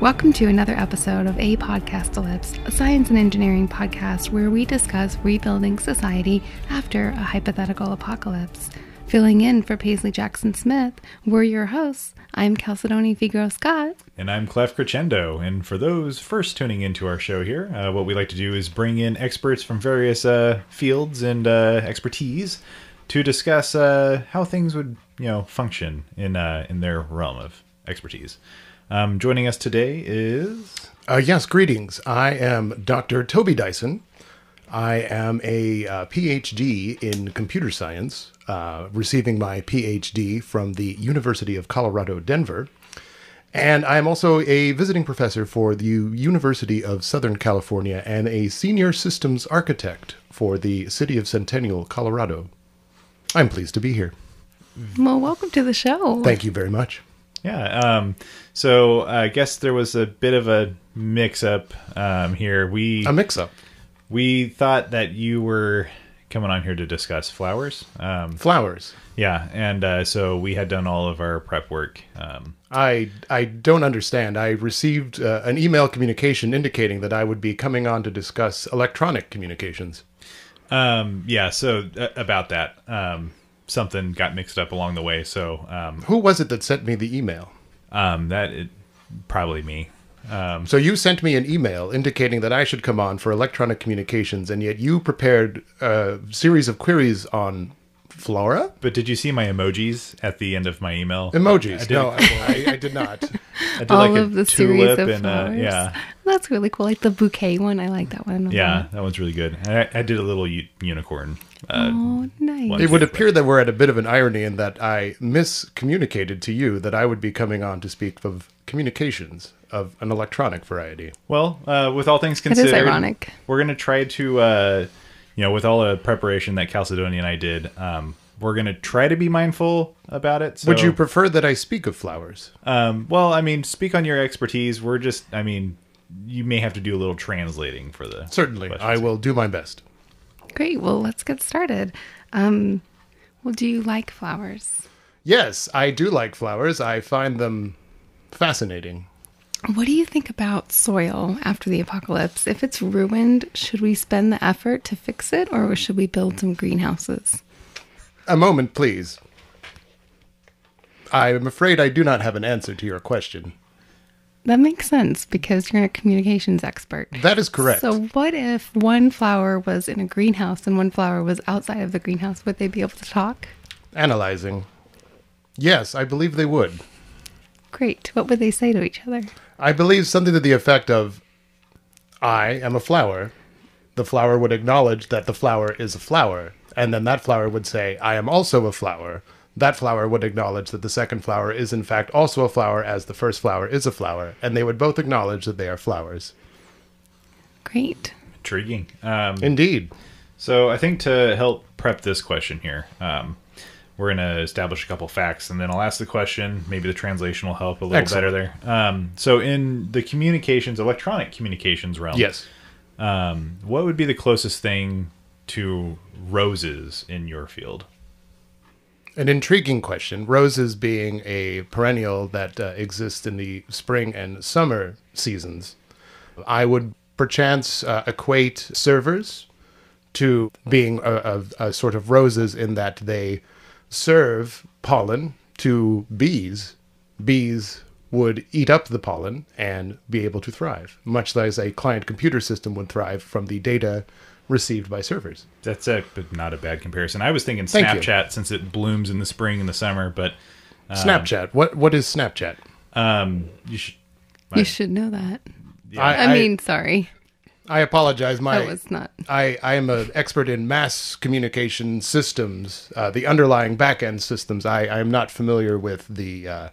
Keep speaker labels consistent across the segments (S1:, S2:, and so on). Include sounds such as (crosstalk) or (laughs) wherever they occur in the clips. S1: Welcome to another episode of A Podcast Ellipse, a science and engineering podcast where we discuss rebuilding society after a hypothetical apocalypse. Filling in for Paisley Jackson Smith, we're your hosts. I'm Calcedoni Figaro Scott.
S2: And I'm Clef Crescendo. And for those first tuning into our show here, uh, what we like to do is bring in experts from various uh, fields and uh, expertise to discuss uh, how things would, you know, function in uh, in their realm of expertise. Um, joining us today is
S3: Uh, yes, greetings. I am Dr. Toby Dyson. I am a uh, PhD in computer science, uh, receiving my PhD from the University of Colorado, Denver. And I am also a visiting professor for the University of Southern California and a senior systems architect for the city of Centennial, Colorado. I'm pleased to be here.
S1: Well, welcome to the show.
S3: Thank you very much.
S2: Yeah. Um, so I guess there was a bit of a mix-up um, here. We
S3: A mix up.
S2: we thought that you were coming on here to discuss flowers. Um,
S3: Flowers.
S2: Yeah, and uh, so we had done all of our prep work. Um,
S3: I I don't understand. I received uh, an email communication indicating that I would be coming on to discuss electronic communications.
S2: um, yeah, so uh, about that, um, something got mixed up along the way. So um,
S3: Who was it that sent me the email?
S2: um, that it, probably me.
S3: So you sent me an email indicating that I should come on for electronic communications, and yet you prepared a series of queries on flora
S2: But did you see my emojis at the end of my email?
S3: emojis.
S2: I did-
S3: no, I, I, I did not.
S2: (laughs) I did
S1: All
S2: like a
S1: of the
S2: tulip
S1: series of
S2: and uh
S1: flowers.
S2: yeah,
S1: That's really cool. Like the bouquet one. I like that one. a
S2: yeah,
S1: lot.
S2: that one's really good. I, I did a little u- unicorn. Uh,
S1: Oh, nice.
S2: One.
S3: It would appear that we're at a bit of an irony in that I miscommunicated to you that I would be coming on to speak of communications of an electronic variety.
S2: Well, uh, with all things
S1: is
S2: considered,
S1: ironic.
S2: We're gonna try to, uh, you know, with all the preparation that Calcedonia and I did, um, we're gonna try to be mindful about it. So,
S3: Would you prefer that I speak of flowers?
S2: Um, well, I mean, speak on your expertise. We're just, I mean, you may have to do a little translating for the.
S3: Certainly, I will do my best.
S1: Great. Well, let's get started. Um, well, do you like flowers?
S3: Yes, I do like flowers. I find them fascinating.
S1: What do you think about soil after the apocalypse? If it's ruined, should we spend the effort to fix it or should we build some greenhouses?
S3: A moment, please. I am afraid I do not have an answer to your question.
S1: That makes sense because you're a communications expert.
S3: That is correct.
S1: So, what if one flower was in a greenhouse and one flower was outside of the greenhouse? Would they be able to talk?
S3: Analyzing. Yes, I believe they would.
S1: Great. What would they say to each other?
S3: I believe something to the effect of I am a flower. The flower would acknowledge that the flower is a flower, and then that flower would say, I am also a flower. That flower would acknowledge that the second flower is, in fact, also a flower, as the first flower is a flower, and they would both acknowledge that they are flowers.
S1: Great.
S2: Intriguing. Um,
S3: Indeed.
S2: so I think to help prep this question here, um, we're going to establish a couple facts and then I'll ask the question. Maybe the translation will help a little
S3: Excellent.
S2: better there. Um, so, in the communications, electronic communications realm,
S3: Yes.
S2: um, what would be the closest thing to roses in your field?
S3: An intriguing question. Roses being a perennial that uh, exists in the spring and summer seasons, I would perchance uh, equate servers to being a, a, a sort of roses in that they serve pollen to bees. Bees would eat up the pollen and be able to thrive, much as a client computer system would thrive from the data received by servers.
S2: That's a but not a bad comparison. I was thinking
S3: Thank you.
S2: Snapchat since it blooms in the spring and the summer, but
S3: Snapchat. What what is Snapchat?
S2: um, you should
S1: You should know that.
S3: I,
S1: I mean, sorry.
S3: I apologize.
S1: That
S3: My
S1: was not.
S3: I, I am an expert in mass communication systems, uh, the underlying back end systems. I, I am not familiar with the. Uh,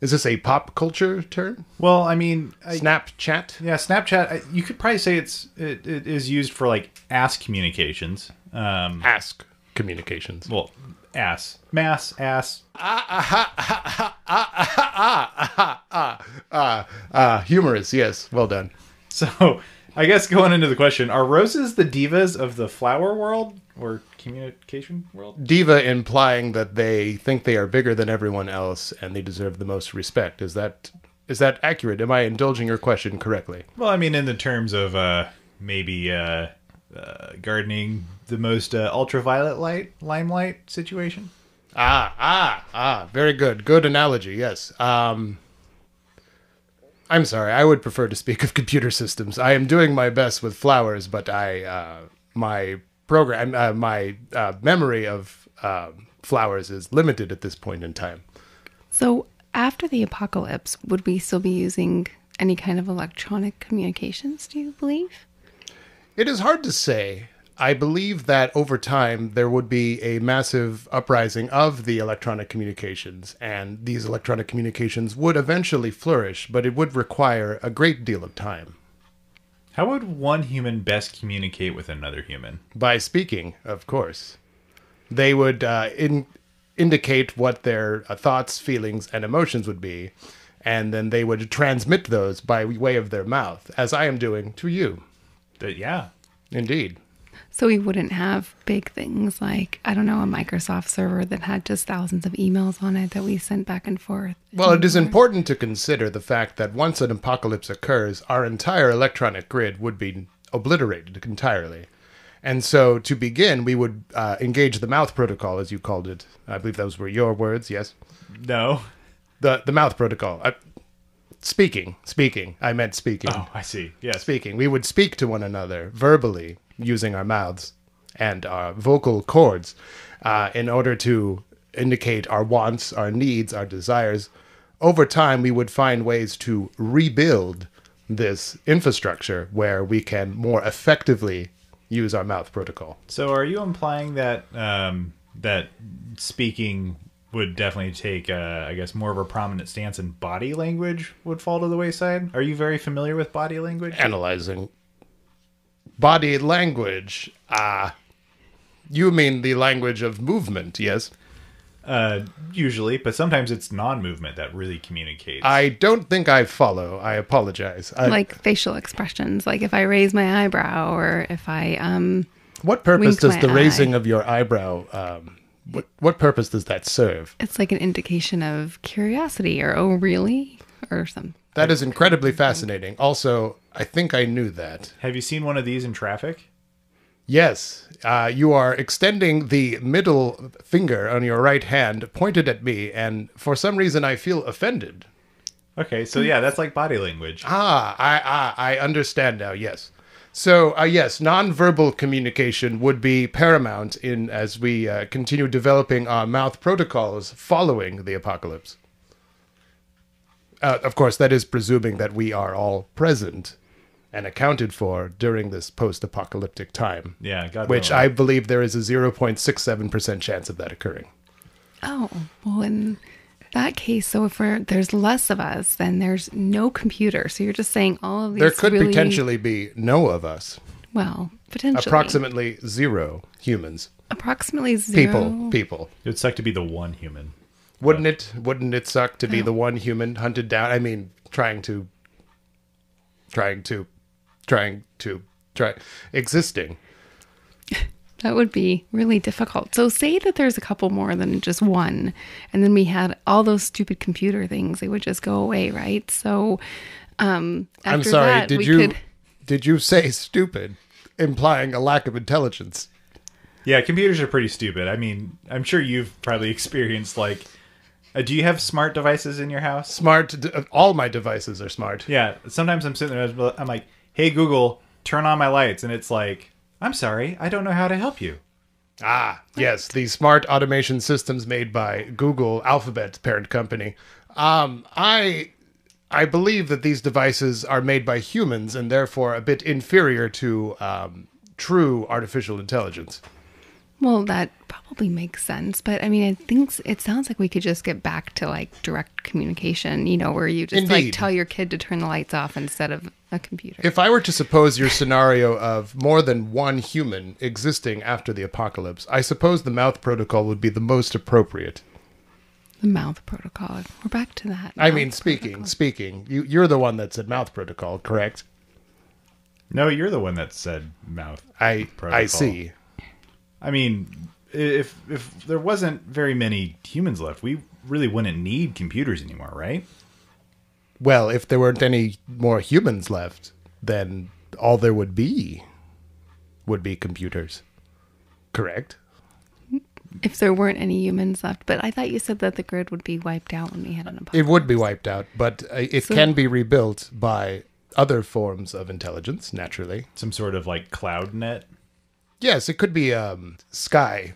S3: is this a pop culture term?
S2: Well, I mean, I,
S3: Snapchat.
S2: yeah, Snapchat. I, you could probably say it's it, it is used for like ass communications. Um,
S3: Ask communications.
S2: well, ass, mass, ass. (laughs)
S3: Ah, ah, humorous. Yes, well done.
S2: So, I guess going into the question, are roses the divas of the flower world or communication world?
S3: Diva implying that they think they are bigger than everyone else and they deserve the most respect. Is that Is that accurate? Am I indulging your question correctly?
S2: Well, I mean, in the terms of uh, maybe uh, uh, gardening, the most uh, ultraviolet light, limelight situation.
S3: Ah, ah, ah. Very good. Good analogy. Yes. Um, I'm sorry. I would prefer to speak of (laughs) computer systems. I am doing my best with flowers, but I uh, my program uh, my uh, memory of um flowers is limited at this point in time.
S1: So, after the apocalypse, would we still be using any kind of electronic communications, do you believe?
S3: It is hard to say. I believe that over time there would be a massive uprising of the electronic communications, and these electronic communications would eventually flourish, but it would require a great deal of time.
S2: How would one human best communicate with another human?
S3: By speaking, of course, they would uh, in- indicate what their uh, thoughts, feelings, and emotions would be, and then they would transmit those by way of their mouth, as I am doing to you.
S2: But yeah,
S3: Indeed.
S1: So, we wouldn't have big things like, I don't know, a Microsoft server that had just thousands of emails on it that we sent back and forth.
S3: Well, it is important to consider the fact that once an apocalypse occurs, our entire electronic grid would be obliterated entirely. And so, to begin, we would uh, engage the mouth protocol, as you called it. I believe those were your words, yes?
S2: no.
S3: The, the mouth protocol. I, speaking, speaking. I meant speaking.
S2: Oh, I see. Yes.
S3: Speaking. We would speak to one another verbally using our mouths and our vocal cords uh, in order to indicate our wants, our needs, our desires. Over time, we would find ways to rebuild this infrastructure where we can more effectively use our mouth protocol.
S2: So, are you implying that um, that speaking would definitely take, uh, I guess, more of a prominent stance, and body language would fall to the wayside? Are you very familiar with body language?
S3: analyzing body language. Ah, you mean the language of movement? Yes.
S2: Uh, usually, but sometimes it's non-movement that really communicates.
S3: I don't think I follow. I apologize. Uh, I,
S1: like facial expressions, like if I raise my eyebrow or if I, um,
S3: what purpose
S1: wink
S3: does
S1: my
S3: the raising of your eyebrow? Um, what, what purpose does that serve?
S1: it's like an indication of curiosity or, oh, really? Or something.
S3: That is incredibly fascinating. Also, I think I knew that.
S2: Have you seen one of these in traffic?
S3: Yes, uh, you are extending the middle finger on your right hand, pointed at me, and for some reason I feel offended.
S2: Okay, so yeah, that's like body language.
S3: Ah, I ah, I understand now. Yes. So uh, yes, nonverbal communication would be paramount in as we uh, continue developing our mouth protocols following the apocalypse. Uh, of course, that is presuming that we are all present and accounted for during this post-apocalyptic time,
S2: Yeah, God
S3: which
S2: willing.
S3: I believe there is a zero point six seven percent chance of that occurring.
S1: Oh, well, in that case, so if we're, there's less of us, then there's no computer. So you're just saying all of these.
S3: There could
S1: really-
S3: potentially be no of us,
S1: Well, potentially.
S3: approximately zero humans,
S1: approximately zero.
S3: people, people.
S2: it would suck to be the one human.
S3: Wouldn't it? Wouldn't it suck to be the one human hunted down? I mean, trying to, trying to, trying to, try existing.
S1: That would be really difficult. So say that there's a couple more than just one, and then we had all those stupid computer things. They would just go away, right? So, um, after
S3: I'm sorry.
S1: that,
S3: did
S1: we
S3: you
S1: Could,
S3: did you say stupid, implying a lack of intelligence?
S2: Yeah, computers are pretty stupid. I mean, I'm sure you've probably (laughs) experienced like, uh, do you have smart devices in your house?
S3: Smart. d- All my devices are smart.
S2: Yeah, sometimes I'm sitting there, I'm like, hey Google, turn on my lights, and it's like, I'm sorry, I don't know how to help you.
S3: Ah, yes, the smart automation systems made by Google, Alphabet's parent company. Um, I I believe that these devices are made by humans and therefore a bit inferior to um, true artificial intelligence.
S1: well, that probably makes sense. But I mean, I think s- it sounds like we could just get back to like direct communication. You know, where you just
S3: Indeed.
S1: like tell your kid to turn the lights off instead of a computer.
S3: If I were to suppose your scenario of more than one human existing after the apocalypse, I suppose the mouth protocol would be the most appropriate.
S1: the mouth protocol. We're back to that.
S3: I mean,
S1: mouth
S3: speaking,
S1: protocol.
S3: speaking. You, you're the one that said mouth protocol, correct?
S2: No, you're the one that said mouth.
S3: I I
S2: protocol.
S3: see.
S2: I mean, if if there wasn't very many humans left, we really wouldn't need computers anymore, right?
S3: well, if there weren't any more humans left, then all there would be would be computers. Correct?
S1: If there weren't any humans left, but I thought you said that the grid would be wiped out when we had an apocalypse.
S3: It would be wiped out, but uh, it can be rebuilt by other forms of intelligence, naturally.
S2: Some sort of like cloud net.
S3: Yes, it could be um, Sky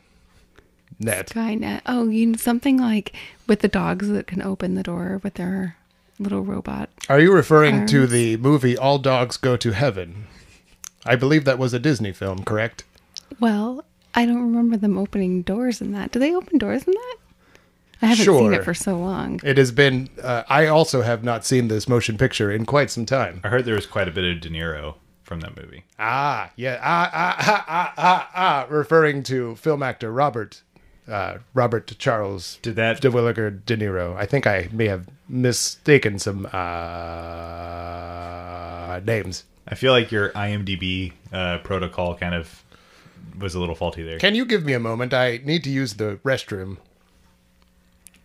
S3: Net.
S1: Skynet. Oh, you something like with the dogs that can open the door with their little robot.
S3: Are you referring to
S1: Arms.
S3: the movie All Dogs Go to Heaven? I believe that was a Disney film, correct?
S1: Well, I don't remember them opening doors in that. Do they open doors in that? I haven't seen
S3: Sure.
S1: it for so long.
S3: It has been. Uh, I also have not seen this motion picture in quite some time.
S2: I heard there was quite a bit of De Niro from that movie.
S3: Ah, yeah. Ah, ah, ah, ah, ah, ah. Referring to film actor Robert, uh, Robert Charles
S2: Did that-
S3: DeWilliger De Niro. I think I may have mistaken some uh, names.
S2: I feel like your IMDb uh, protocol kind of was a little faulty there.
S3: Can you give me a moment? I need to use the restroom.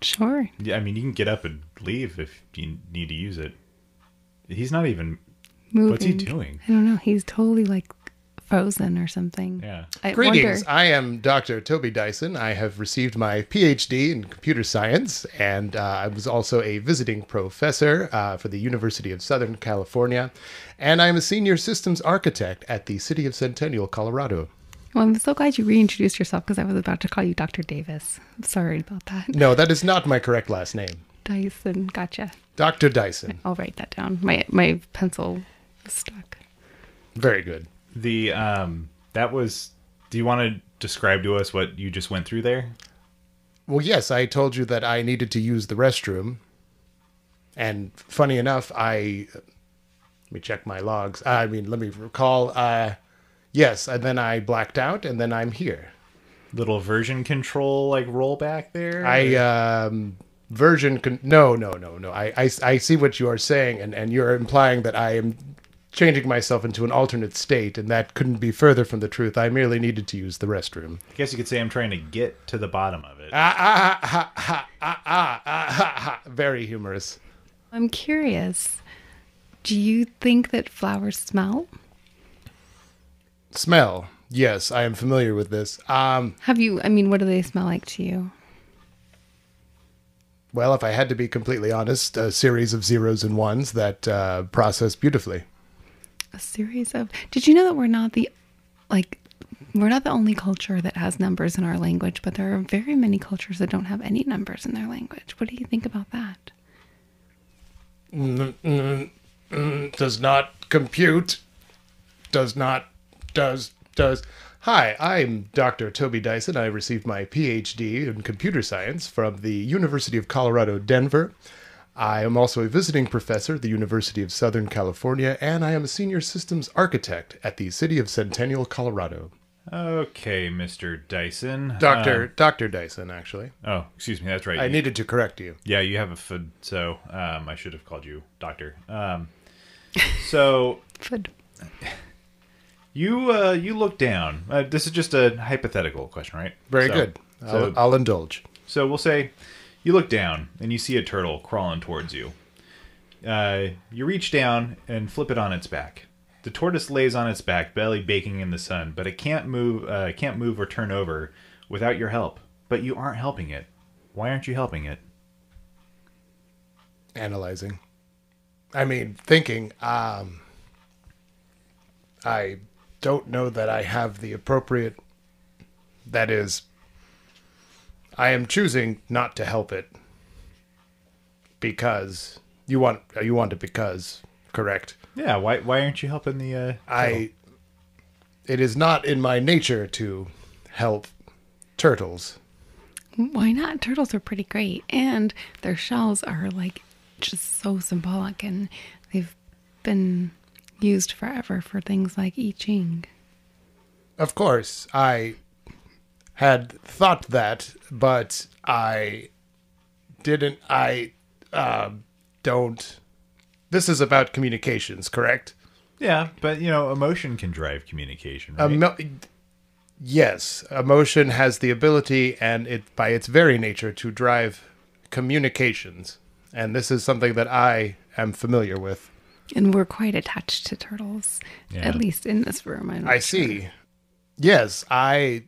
S1: Sure.
S2: Yeah, I mean, you can get up and leave if you need to use it. He's not even.
S1: Moving.
S2: What's he doing?
S1: I don't know. He's totally like frozen or something.
S2: Yeah.
S1: I
S3: Greetings.
S1: wonder.
S3: I am Dr. Toby Dyson. I have received my PhD in computer science, and uh, I was also a visiting professor uh, for the University of Southern California. And I'm a senior systems architect at the City of Centennial, Colorado.
S1: Well, I'm so glad you reintroduced yourself because I was about to call you Dr. Davis. I'm sorry about that. (laughs)
S3: No, that is not my correct last name.
S1: Dyson. Gotcha.
S3: Dr. Dyson.
S1: I'll write that down. My my pencil is stuck.
S3: Very good.
S2: The um that was. Do you want to describe to us what you just went through there?
S3: Well, yes, I told you that I needed to use the restroom. And funny enough, I let me check my logs. I mean, let me recall. Uh, yes, and then I blacked out, and then I'm here.
S2: Little version control like rollback there.
S3: I um, version con- no, no, no, no. I, I I see what you are saying, and and you're implying that I am changing myself into an alternate state, and that couldn't be further from the truth. I merely needed to use the restroom.
S2: I guess you could say I'm trying to get to the bottom of it.
S3: Ah. Very humorous.
S1: I'm curious. Do you think that flowers smell?
S3: Smell. Yes, I am familiar with this. Um,
S1: Have you? I mean, what do they smell like to you?
S3: well, if I had to be completely honest, a series of zeros and ones that uh, process beautifully.
S1: A series of. Did you know that we're not the, like, we're not the only culture that has numbers in our language, but there are very many cultures that don't have any numbers in their language. What do you think about that?
S3: Does not compute. Does not. Does. Does. Hi, I'm Dr. Toby Dyson. I received my PhD in computer science from the University of Colorado, Denver. I am also a visiting professor at the University of Southern California, and I am a senior systems architect at the City of Centennial, Colorado.
S2: Okay, Mr. Dyson.
S3: Doctor, Doctor Dyson, actually.
S2: Um, oh, excuse me. That's right.
S3: I
S2: You-
S3: needed to correct you.
S2: Yeah, you have a food, so um, I should have called you doctor. Um, (laughs) so
S1: Food.
S2: you uh, you look down. Uh, this is just a hypothetical question, right?
S3: Very
S2: So-
S3: good.
S2: So,
S3: I'll, I'll indulge.
S2: so we'll say you look down and you see a turtle crawling towards you. Uh, you reach down and flip it on its back. The tortoise lays on its back, belly baking in the sun, but it can't move. Uh, can't move or turn over without your help. But you aren't helping it. Why aren't you helping it?
S3: analyzing. I mean, thinking. Um, I don't know that I have the appropriate. That is, I am choosing not to help it because you want you want it because correct.
S2: Yeah. Why Why aren't you helping the? Uh,
S3: I. It is not in my nature to help turtles.
S1: Why not? Turtles are pretty great, and their shells are like just so symbolic, and they've been used forever for things like I Ching.
S3: Of course, I had thought that, but I didn't. I uh, don't. This is about communications, correct?
S2: Yeah, but you know, emotion can drive communication, right?
S3: Emo- yes, emotion has the ability, and it by its very nature, to drive communications, and this is something that I am familiar with.
S1: And we're quite attached to turtles,
S2: Yeah.
S1: at least in this room. I'm not
S3: I see. Yes, I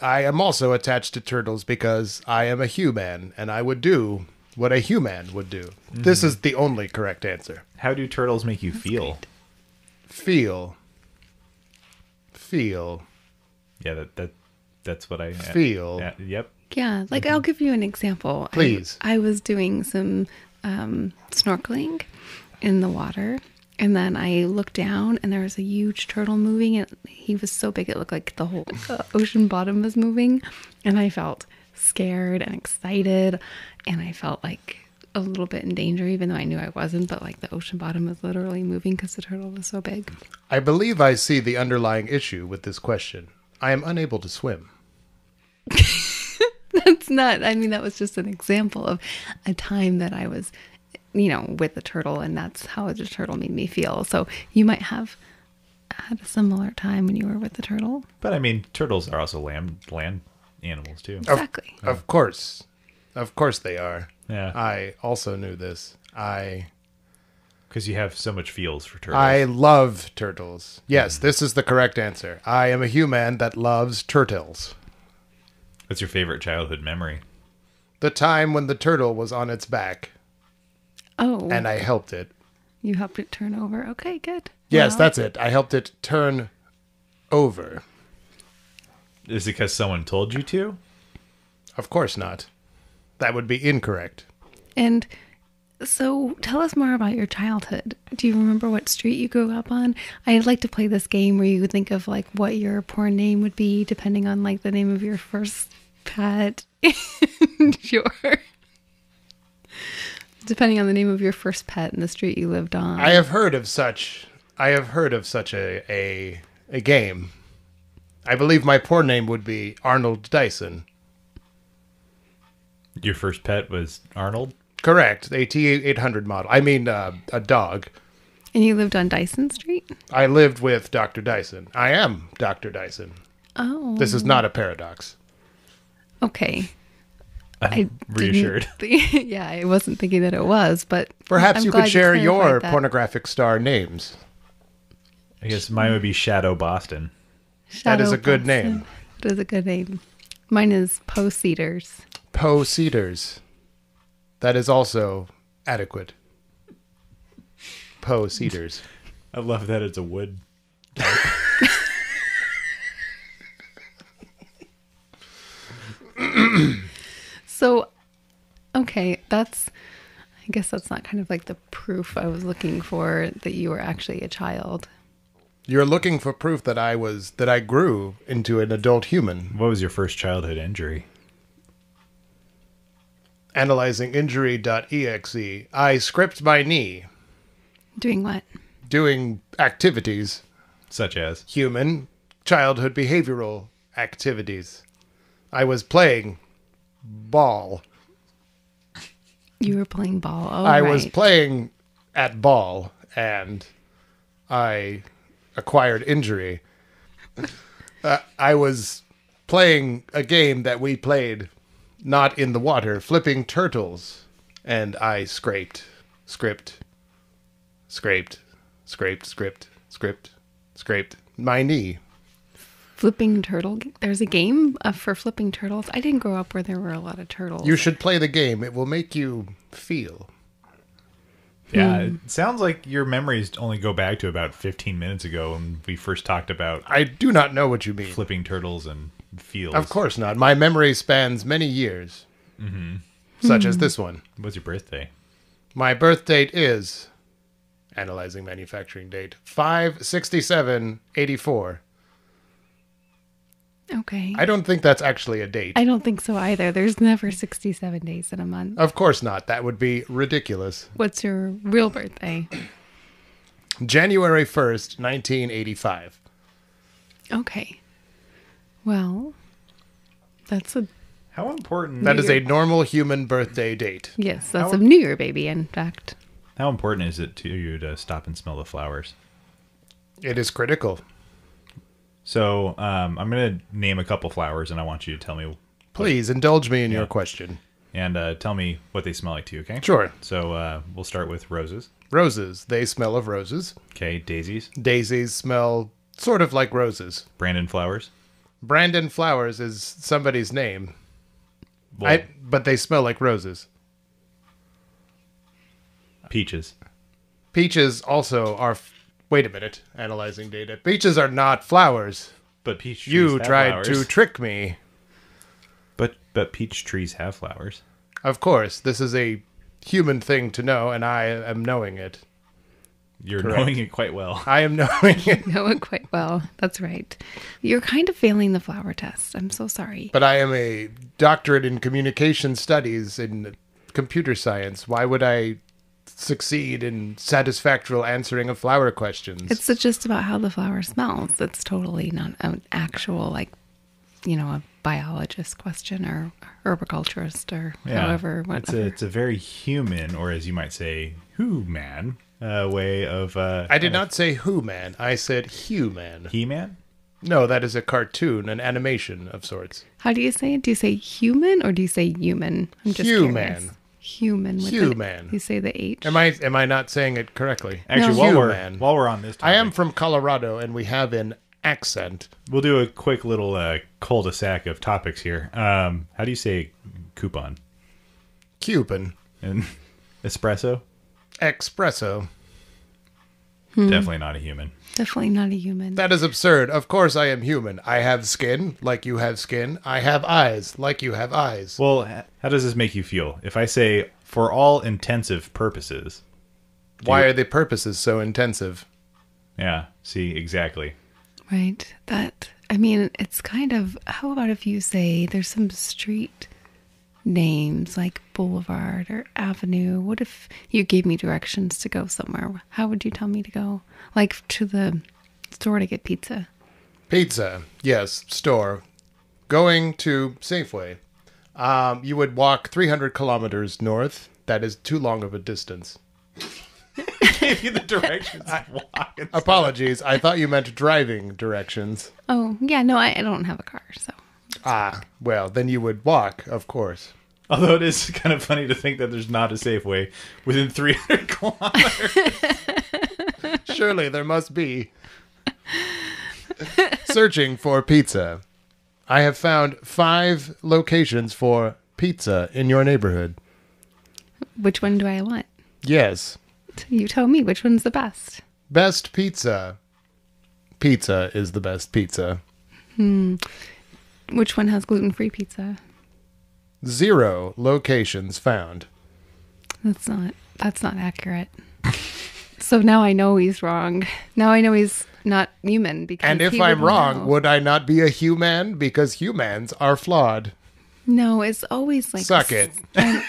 S3: I am also attached to turtles because I am a human and I would do what a human would do. This is the only correct answer.
S2: How do turtles make you feel?
S3: Feel. Feel.
S2: Yeah, that that that's what I
S3: Feel.
S2: Yeah, yep.
S1: Yeah, like I'll give you an example. I-
S3: Mm-hmm. Please.
S1: I, was doing some um, snorkeling in the water, and then I looked down, and there was a huge turtle moving, and he was so big it looked like the whole (laughs) uh, ocean bottom was moving, and I felt scared and excited, and I felt like a little bit in danger, even though I knew I wasn't. But like the ocean bottom was literally moving because the turtle was so big.
S3: I believe I see the underlying issue with this question. I am unable to swim.
S1: That's not, I mean, that was just an example of a time that I was, you know, with a turtle, and that's how the turtle made me feel. So you might have had a similar time when you were with the turtle.
S2: But I mean, turtles are also land land animals too.
S3: Oh.
S1: Exactly.
S3: Of course. Of course they are.
S2: Yeah.
S3: I also knew this. I
S2: Because you have so much feels for turtles.
S3: I love turtles. Yes, this is the correct answer. I am a human that loves turtles.
S2: What's your favorite childhood memory?
S3: The time when the turtle was on its back
S1: Oh,
S3: and I helped it.
S1: you helped it turn over. Okay, good.
S3: Yes,
S1: Well,
S3: that's it. I helped it turn over.
S2: Is it because someone told you to?
S3: Of course not. That would be incorrect.
S1: And so tell us more about your childhood. Do you remember what street you grew up on? I'd like to play this game where you would think of like what your porn name would be depending on like the name of your first pet and (laughs) your depending on the name of your first pet and the street you lived on.
S3: I have heard of such I have heard of such a a, a game. I believe my poor name would be Arnold Dyson.
S2: Your first pet was Arnold.
S3: Correct. A T eight hundred model. I mean uh, a dog.
S1: and you lived on Dyson Street?
S3: I lived with Dr. Dyson. I am Dr. Dyson.
S1: Oh.
S3: This is not a paradox.
S1: okay.
S2: I'm
S1: didn't
S2: reassured.
S1: thi- (laughs) yeah, I wasn't thinking that it was, but
S3: Perhaps
S1: I'm
S3: you
S1: glad
S3: could share your
S1: clarified that.
S3: pornographic star names.
S2: I guess mine would be Shadow Boston.
S3: That is
S1: Shadow
S3: a good
S1: Boston.
S3: name.
S1: That is a good name. Mine is Poe Cedars.
S3: Poe Cedars. That is also adequate. Poe Cedars.
S2: I love that it's a wood.
S1: So, okay, that's. I guess that's not kind of like the proof I was looking for that you were actually a child.
S3: You're looking for proof that I was that I grew into an adult human.
S2: What was your first childhood injury?
S3: Analyzing injury.exe, I script my knee
S1: Doing what?
S3: doing activities
S2: Such as
S3: human childhood behavioral activities. I was playing ball.
S1: You were playing ball. Oh,
S3: I was
S1: right.
S3: playing at ball and I acquired injury. uh, I was playing a game that we played not in the water, flipping turtles, and I scraped, script, scraped, scraped, script, script, scraped my knee.
S1: flipping turtle. g- There's a game uh, for flipping turtles. I didn't grow up where there were a lot of turtles.
S3: You should play the game. It will make you feel.
S2: yeah,
S3: Hmm.
S2: it sounds like your memories only go back to about 15 minutes ago when we first talked about
S3: I do not know what you mean.
S2: flipping turtles and fields.
S3: Of course not. My memory spans many years, such as this one.
S2: What's your birthday?
S3: My birth date is, analyzing manufacturing date, 56784.
S1: okay.
S3: I don't think that's actually a date.
S1: I don't think so either. There's never 67 days in a month.
S3: of course not. That would be ridiculous.
S1: What's your real birthday?
S3: January 1st, 1985.
S1: Okay. Well, that's a
S2: How important
S3: That is a normal human birthday date.
S1: yes. That's
S2: Our-
S1: a New Year baby. In fact, (laughs)
S2: How important is it to you to stop and smell the flowers?
S3: It is critical.
S2: So um, I'm gonna name a couple flowers, and I want you to tell me.
S3: Please indulge me in your question.
S2: and uh, tell me what they smell like to you, okay?
S3: Sure.
S2: So uh, we'll start with roses.
S3: Roses. They smell of roses.
S2: Okay, daisies,
S3: Daisies smell sort of like roses.
S2: Brandon flowers.
S3: Brandon Flowers is somebody's name,
S2: Well,
S3: I, but they smell like roses.
S2: peaches.
S3: Peaches also are. F- Wait a minute. Analyzing data. Peaches are not flowers.
S2: But peach trees
S3: You
S2: have
S3: tried to
S2: flowers.
S3: trick me.
S2: but but peach trees have flowers.
S3: Of course, this is a human thing to know, and I am knowing it.
S2: You're
S3: Correct.
S2: knowing it quite
S3: (laughs)
S2: well.
S3: I am knowing it,
S1: Know it quite well. That's right. You're kind of failing the flower test. I'm so sorry.
S3: but I am a doctorate in communication studies in computer science. Why would I succeed in satisfactory answering of flower questions?
S1: It's just about how the flower smells. It's totally not an actual, like, you know, a biologist question or herbiculturist or however.
S2: it's a
S1: Whatever.
S2: it's a very human, or as you might say, who man uh, way of uh,
S3: I did not say who man. I said human.
S2: he man.
S3: No, that is a cartoon, an animation of sorts.
S1: How do you say it? Do you say human or do you say human? I'm just
S3: Human.
S1: curious. Human. With an-
S3: Human.
S1: you say the H.
S3: Am I am I not saying it correctly?
S2: Actually,
S1: No.
S2: while
S3: You
S2: we're
S3: man.
S2: while we're on this,
S3: I
S2: topic,
S3: am from Colorado, and we have an accent.
S2: We'll do a quick little uh, cul-de-sac of topics here. Um, how do you say coupon
S3: Cuban
S2: and (laughs) espresso?
S3: espresso. Hmm.
S2: Definitely not a human.
S1: Definitely not a human.
S3: That is absurd. Of course, I am human. I have skin, like you have skin. I have eyes, like you have eyes.
S2: Well, h- how does this make you feel? If I say for all intensive purposes,
S3: Why are the purposes so intensive?
S2: yeah, see exactly. (laughs)
S1: Right. That I mean, it's kind of how about if you say there's some street names like boulevard or avenue? What if you gave me directions to go somewhere? How would you tell me to go? Like to the store to get pizza.
S3: Pizza, yes, store. Going to Safeway. Um, you would walk 300 kilometers north. That is too long of a distance.
S2: Give you the
S3: (laughs)
S2: directions. Why?
S3: Apologies. I thought you meant driving directions.
S1: Oh, yeah, no, I, I don't have a car, so
S3: Ah, well, then you would walk, of course.
S2: Although it is kind of funny to think that there's not a Safeway within 300 (laughs) kilometers.
S3: Surely there must be. Searching for pizza. I have found five locations for pizza in your neighborhood.
S1: which one do I want?
S3: Yes.
S1: You tell me which one's the best.
S3: Best pizza. Pizza is the best pizza.
S1: Which one has gluten-free pizza?
S3: Zero locations found.
S1: That's not that's not accurate. so now I know he's wrong. Now I know he's not human because
S3: And if
S1: he would
S3: I'm wrong,
S1: know.
S3: would I not be a human? Because humans are flawed.
S1: No, it's always like
S3: Suck
S1: this-
S3: it.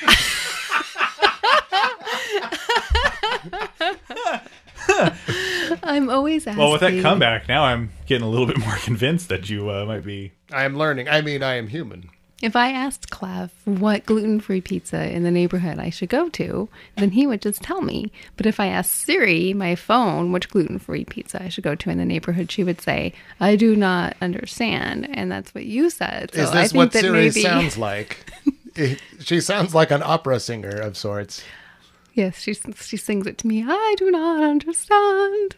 S1: I'm always asking.
S2: Well, with that comeback, now I'm getting a little bit more (laughs) convinced that you uh, might be.
S3: I am learning. I mean, I am human.
S1: if I asked Clav what gluten-free pizza in the neighborhood I should go to, then he would just tell me. But if I asked Siri, my phone, which gluten-free pizza I should go to in the neighborhood, she would say, "I do not understand," and that's what you said. So
S3: Is
S1: I
S3: this
S1: think
S3: what
S1: that
S3: Siri
S1: maybe (laughs)
S3: sounds like? It- she sounds like an opera singer of sorts.
S1: yes, she she sings it to me. I do not understand.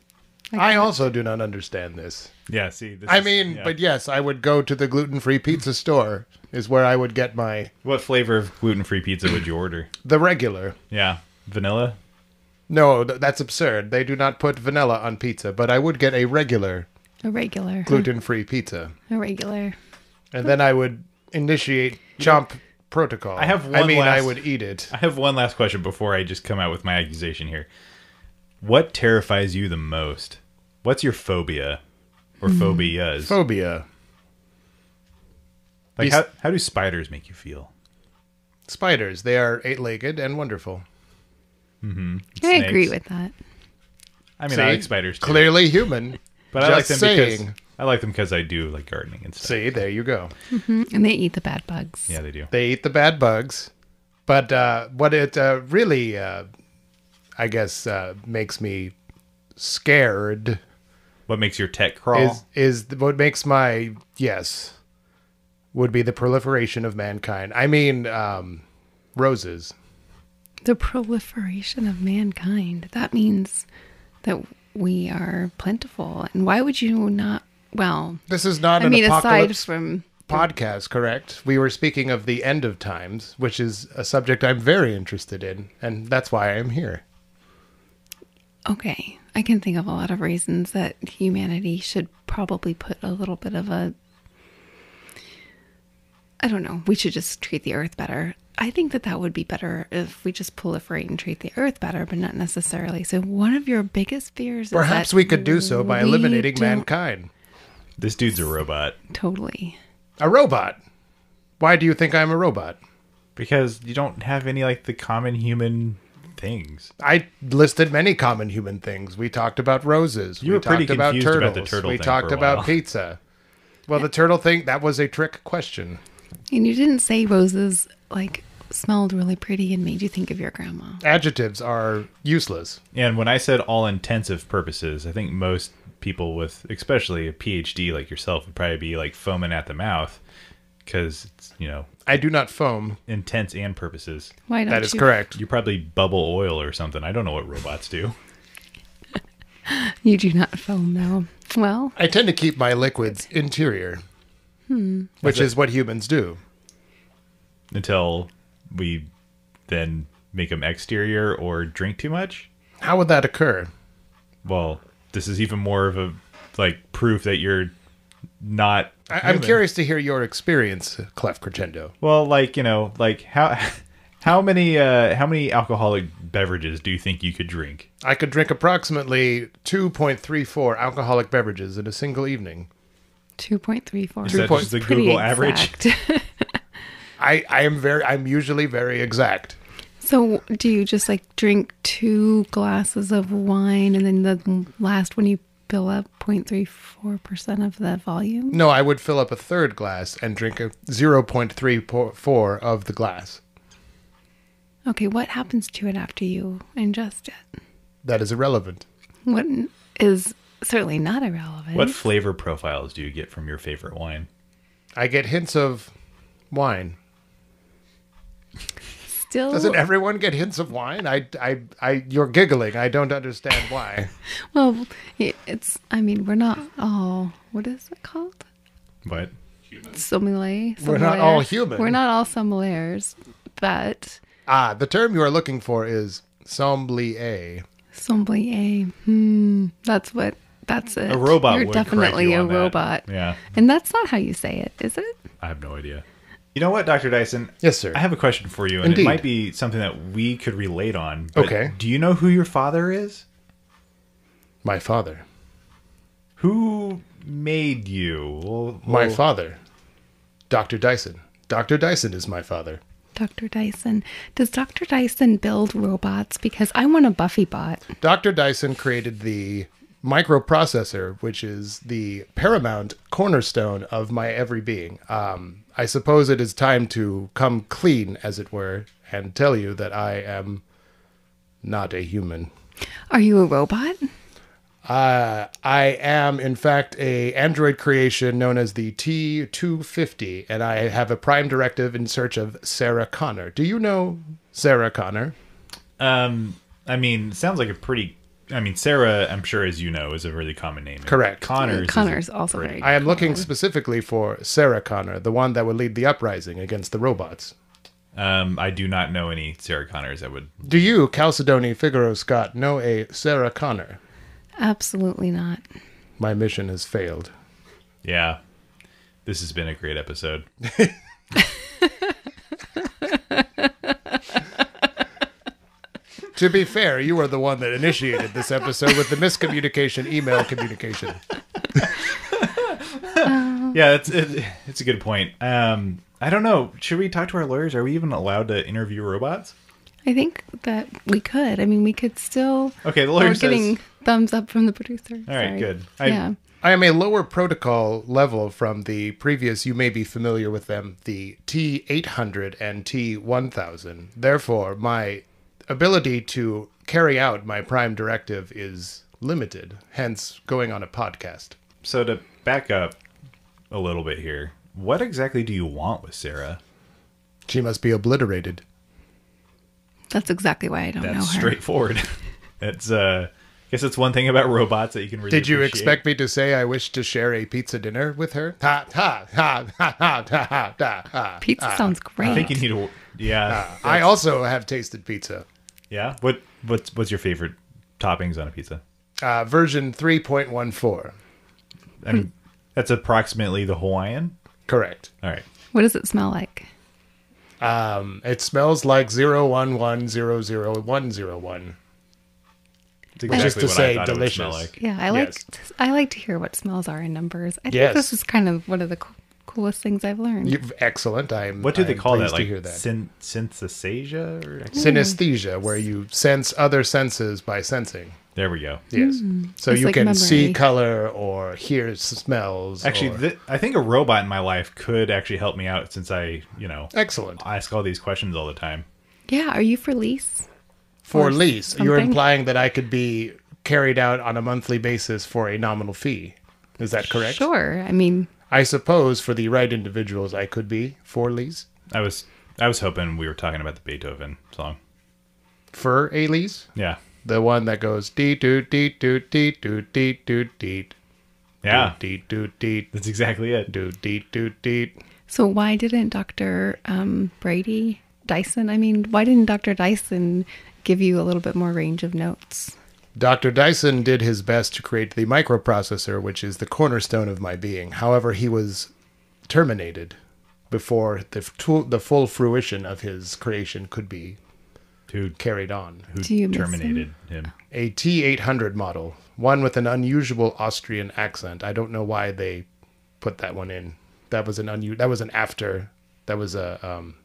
S3: I also do not understand this.
S2: Yeah, see. This
S3: I
S2: is-
S3: mean,
S2: yeah.
S3: but yes, I would go to the gluten-free pizza store is where I would get my
S2: What flavor of gluten free pizza would you order?
S3: the regular.
S2: Yeah, vanilla?
S3: No, th- that's absurd. They do not put vanilla on pizza, but I would get a regular
S1: A regular.
S3: gluten-free pizza.
S1: A regular.
S3: And then I would initiate chomp protocol.
S2: I have
S3: I
S2: one
S3: mean, I
S2: last-
S3: would eat it.
S2: I have one last question before I just come out with my accusation here. What terrifies you the most? What's your phobia or phobias?
S3: Phobia.
S2: like, how, how do spiders make you feel?
S3: Spiders, they are eight-legged and wonderful.
S1: I agree
S2: Snakes.
S1: with that.
S2: I mean,
S3: See?
S2: I like spiders too.
S3: Clearly human.
S2: (laughs) but I like
S3: just
S2: them because
S3: saying.
S2: I like them because I do like gardening and stuff.
S3: See, there you go.
S1: And they eat the bad bugs.
S2: Yeah, they do.
S3: they eat the bad bugs but uh, what it uh, really uh, i guess uh, makes me scared
S2: What makes your tech crawl?
S3: is is th- what makes my yes would be the proliferation of mankind i mean um, roses.
S1: The proliferation of mankind. That means that we are plentiful. And why would you not? Well,
S3: This is not
S1: I
S3: an
S1: mean, aside
S3: apocalypse
S1: from
S3: podcast, correct? We were speaking of the end of times, which is a subject I'm very interested in, and that's why I'm here.
S1: Okay. I can think of a lot of reasons that humanity should probably put a little bit of a. I don't know. We should just treat the earth better. I think that that would be better if we just proliferate and treat the earth better, but not necessarily. So, one of your biggest fears is
S3: Perhaps
S1: that
S3: we could do so by
S1: we
S3: eliminating
S1: don't-
S3: mankind.
S2: This dude's a robot
S1: Totally.
S3: A robot. Why do you think I'm a robot?
S2: because you don't have any like the common human things.
S3: I listed many common human things. We talked about roses.
S2: You
S3: we
S2: were pretty
S3: talked about
S2: confused
S3: turtles.
S2: about the turtle
S3: we
S2: thing
S3: talked
S2: for a
S3: about
S2: while.
S3: pizza. Well, the turtle thing, that was a trick question.
S1: And you didn't say roses, like, smelled really pretty and made you think of your grandma.
S3: Adjectives are useless.
S2: And when I said all intensive purposes, I think most people with, especially a PhD like yourself, would probably be like foaming at the mouth because it's you know
S3: I do not foam.
S2: intense and purposes.
S1: Why don't
S3: That is
S1: you
S3: correct.
S2: You probably bubble oil or something. I don't know what robots do. (laughs)
S1: You do not foam, though. Well,
S3: I tend to keep my liquids interior, which is what humans do.
S2: until we then make them exterior or drink too much.
S3: How would that occur?
S2: Well, this is even more of a like proof that you're not.
S3: I, I'm
S2: human.
S3: curious to hear your experience, Clef Crescendo.
S2: Well, like you know, like how (laughs) how many uh, how many alcoholic beverages do you think you could drink?
S3: I could drink approximately 2.34 alcoholic beverages in a single evening.
S1: 2.34.
S2: Is that
S3: point-
S2: just the
S1: Pretty
S2: Google average?
S1: (laughs) exact.
S3: I, I am very, I'm usually very exact.
S1: So, do you just like drink two glasses of wine and then the last one you fill up 0.34% of the volume?
S3: No, I would fill up a third glass and drink a 0.34 of the glass.
S1: Okay, what happens to it after you ingest it?
S3: That is irrelevant.
S1: What is certainly not irrelevant.
S2: What flavor profiles do you get from your favorite wine?
S3: I get hints of wine.
S1: Still,
S3: Doesn't everyone get hints of wine? I, I, I, you're giggling. I don't understand why.
S1: well, it's, I mean, we're not all, what is it called?
S2: But
S1: Sommelier.
S3: We're not
S1: sommelier.
S3: all human.
S1: We're not all sommeliers, but
S3: Ah, the term you are looking for is sommelier.
S1: sommelier. Hmm, that's what, that's it.
S2: a robot
S1: You're
S2: would correct
S1: definitely
S2: you
S1: a
S2: on that.
S1: robot.
S2: Yeah,
S1: And that's not how you say it, is it?
S2: I have no idea. You know what, Doctor Dyson?
S3: Yes, sir.
S2: I have a question for you, and
S3: Indeed.
S2: it might be something that we could relate on. but
S3: Okay.
S2: Do you know who your father is?
S3: My father.
S2: Who made you? Well,
S3: My
S2: well,
S3: father. Dr. Dyson. Dr. Dyson is my father.
S1: Dr. Dyson. Does Dr. Dyson build robots? Because I want a Buffy bot.
S3: Dr. Dyson created the microprocessor, which is the paramount cornerstone of my every being. Um, I suppose it is time to come clean, as it were, and tell you that I am not a human.
S1: Are you a robot?
S3: Uh, I am, in fact, a android creation known as the T250, and I have a prime directive in search of Sarah Connor. Do you know Sarah Connor?
S2: Um, I mean, it sounds like a pretty. I mean, Sarah, I'm sure, as you know, is a really common name.
S3: Correct.
S2: Connors. is-
S1: Connor's also very.
S3: I am looking specifically for Sarah Connor, the one that would lead the uprising against the robots.
S2: um, I do not know any Sarah Connors. I would.
S3: Do you, Chalcedony Figaro Scott, know a Sarah Connor?
S1: Absolutely not.
S3: My mission has failed.
S2: Yeah. This has been a great episode.
S3: To be fair, you are the one that initiated this episode with the miscommunication email communication.
S2: Yeah, it's it, it's a good point. Um, I don't know. Should we talk to our lawyers? Are we even allowed to interview robots?
S1: I think that we could. I mean, we could still.
S2: Okay, the lawyer
S1: We're
S2: says-
S1: getting thumbs up from the producer.
S2: All right,
S1: Sorry.
S2: good. I-
S1: yeah.
S3: I am a lower protocol level from the previous, you may be familiar with them, the T800 and T1000. Therefore, my ability to carry out my prime directive is limited, hence going on a podcast.
S2: So to back up a little bit here, what exactly do you want with Sarah?
S3: She must be obliterated.
S1: That's exactly why I don't know her.
S2: That's straightforward. (laughs) That's uh I guess it's one thing about robots that you can really
S3: Did you
S2: appreciate.
S3: expect me to say I wish to share a pizza dinner with her? Ha ha ha ha ha ha ha ha.
S1: Pizza sounds great.
S2: Ah, I think you need to Yeah.
S3: I also have tasted pizza.
S2: yeah. What what's what's your favorite toppings on a pizza?
S3: Uh, version 3.14.
S2: I mean that's approximately the Hawaiian.
S3: Correct.
S2: All right.
S1: what does it smell like?
S3: Um, it smells like 01100101.
S2: It's
S3: Which is to
S2: what I
S3: say
S2: thought it would smell
S3: delicious.
S1: Yeah, I like
S3: Yes.
S1: I like to hear what smells are in numbers. I think
S3: Yes.
S1: this is kind of one of the coo- coolest things I've learned.
S3: You've, excellent. I'm.
S2: What do they
S3: I'm
S2: call that?
S3: pleased to
S2: Like
S3: hear that.
S2: syn- synesthesia? Or...
S3: Synesthesia, where you sense other senses by sensing.
S2: There we go.
S3: Yes.
S2: Mm.
S3: So
S1: It's
S3: you
S1: like
S3: can see
S1: memory.
S3: color or hear s- smells.
S2: Actually,
S3: or-
S2: th- I think a robot in my life could actually help me out since I, you know,
S3: excellent.
S2: I ask all these questions all the time.
S1: Yeah, are you for lease?
S3: For
S1: or
S3: lease, you're
S1: something.
S3: implying that I could be carried out on a monthly basis for a nominal fee. Is that correct?
S1: Sure. I mean,
S3: I suppose for the right individuals, I could be for lease.
S2: I was I was hoping we were talking about the Beethoven song.
S3: For a lease?
S2: Yeah.
S3: The one that goes dee doot dee doot dee doot dee doot deet.
S2: Yeah.
S3: Dee doot dee
S2: That's exactly it.
S3: doot dee doot deet.
S1: so why didn't Dr. Um, Brady Dyson? I mean, why didn't Dr. Dyson give you a little bit more range of notes?
S3: Dr. Dyson did his best to create the microprocessor, which is the cornerstone of my being. However, he was terminated before the, f- tool, the full fruition of his creation could be
S2: Who,
S3: carried on.
S2: who
S1: Do you miss
S2: terminated him?
S3: A T 800 model, one with an unusual Austrian accent. I don't know why they put that one in. That was an unu- That was an after. That was a. Um,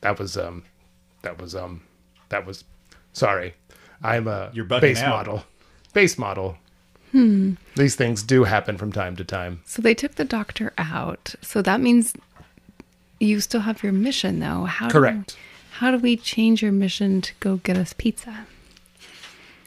S3: that was um, that was um, that was. Sorry, I'm a
S2: You're bugging
S3: base
S2: out.
S3: model. Base model. Hmm. These things do happen from time to time.
S1: So they took the doctor out. So that means you still have your mission, though. How
S3: Correct.
S1: Do, how do we change your mission to go get us pizza?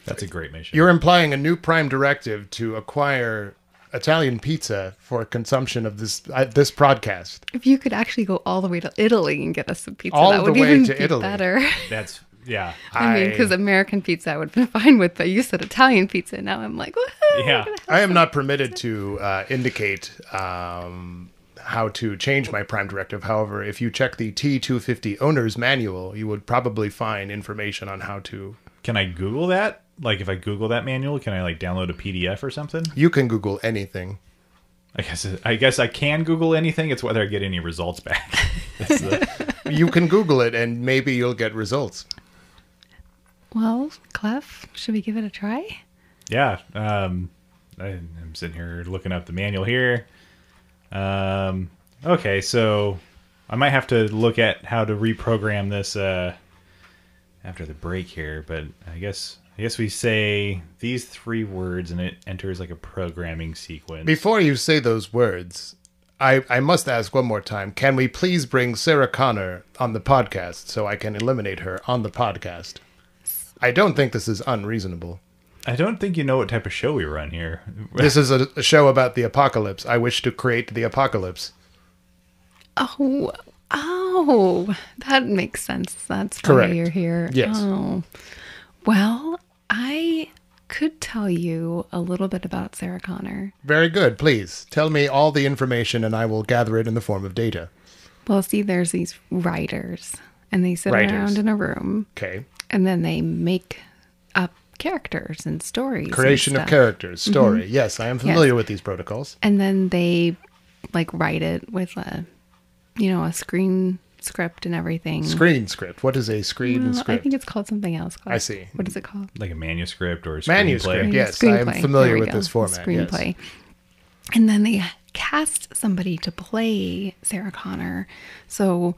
S2: That's a great mission.
S3: You're implying a new prime directive to acquire Italian pizza for consumption of this uh, this broadcast.
S1: If you could actually go all the way to Italy and get us some pizza,
S3: All
S1: that
S3: the
S1: would
S3: way
S1: even
S3: to
S1: be
S3: Italy.
S1: better. (laughs)
S2: That's
S3: (laughs)
S2: yeah.
S1: I, mean,
S3: I-
S1: because American pizza I would have been (laughs) fine with, but you said Italian pizza. Now I'm like, woohoo!
S2: Yeah.
S3: I am not permitted to uh, indicate um, how to change my prime directive. However, if you check the T250 owner's manual, you would probably find information on how to.
S2: Can I Google that? Like, if I Google that manual, can I like download a PDF or something?
S3: You can Google anything.
S2: I guess I guess I can Google anything. It's whether I get any results back. That's the,
S3: You can Google it, and maybe you'll get results.
S1: Well, Clef, should we give it a try?
S2: yeah. Um, I, I'm sitting here looking up the manual here. Um, okay, so I might have to look at how to reprogram this uh, after the break here. But I guess I guess we say these three words, and it enters like a programming sequence.
S3: Before you say those words, I, I must ask one more time can we please bring Sarah Connor on the podcast so I can eliminate her on the podcast? I don't think this is unreasonable.
S2: I don't think you know what type of show we run here.
S3: This is a, a show about the apocalypse. I wish to create the apocalypse.
S1: Oh, oh, that makes sense. That's
S3: Correct.
S1: why you're here.
S3: Yes.
S1: Oh. Well, I could tell you a little bit about Sarah Connor.
S3: Very good. Please tell me all the information and I will gather it in the form of data.
S1: Well, see, there's these writers, and they sit
S3: Writers.
S1: around in a room,
S3: Okay.
S1: and then they make up characters and stories. and
S3: Creation of
S1: stuff. Mm-hmm.
S3: characters, story. Yes, I am familiar with these protocols.
S1: and then they like write it with a you know a screen script and everything
S3: Screen script. What is a screen
S1: Mm-hmm. Well, i
S3: script?
S1: think it's called something else Clive.
S3: I see.
S1: what is it called
S2: like a manuscript or a
S3: Manuscript,
S2: screenplay.
S3: yeah. Yes, I am familiar
S1: There we
S3: with this format, yes.
S1: screenplay and then they cast somebody to play sarah connor so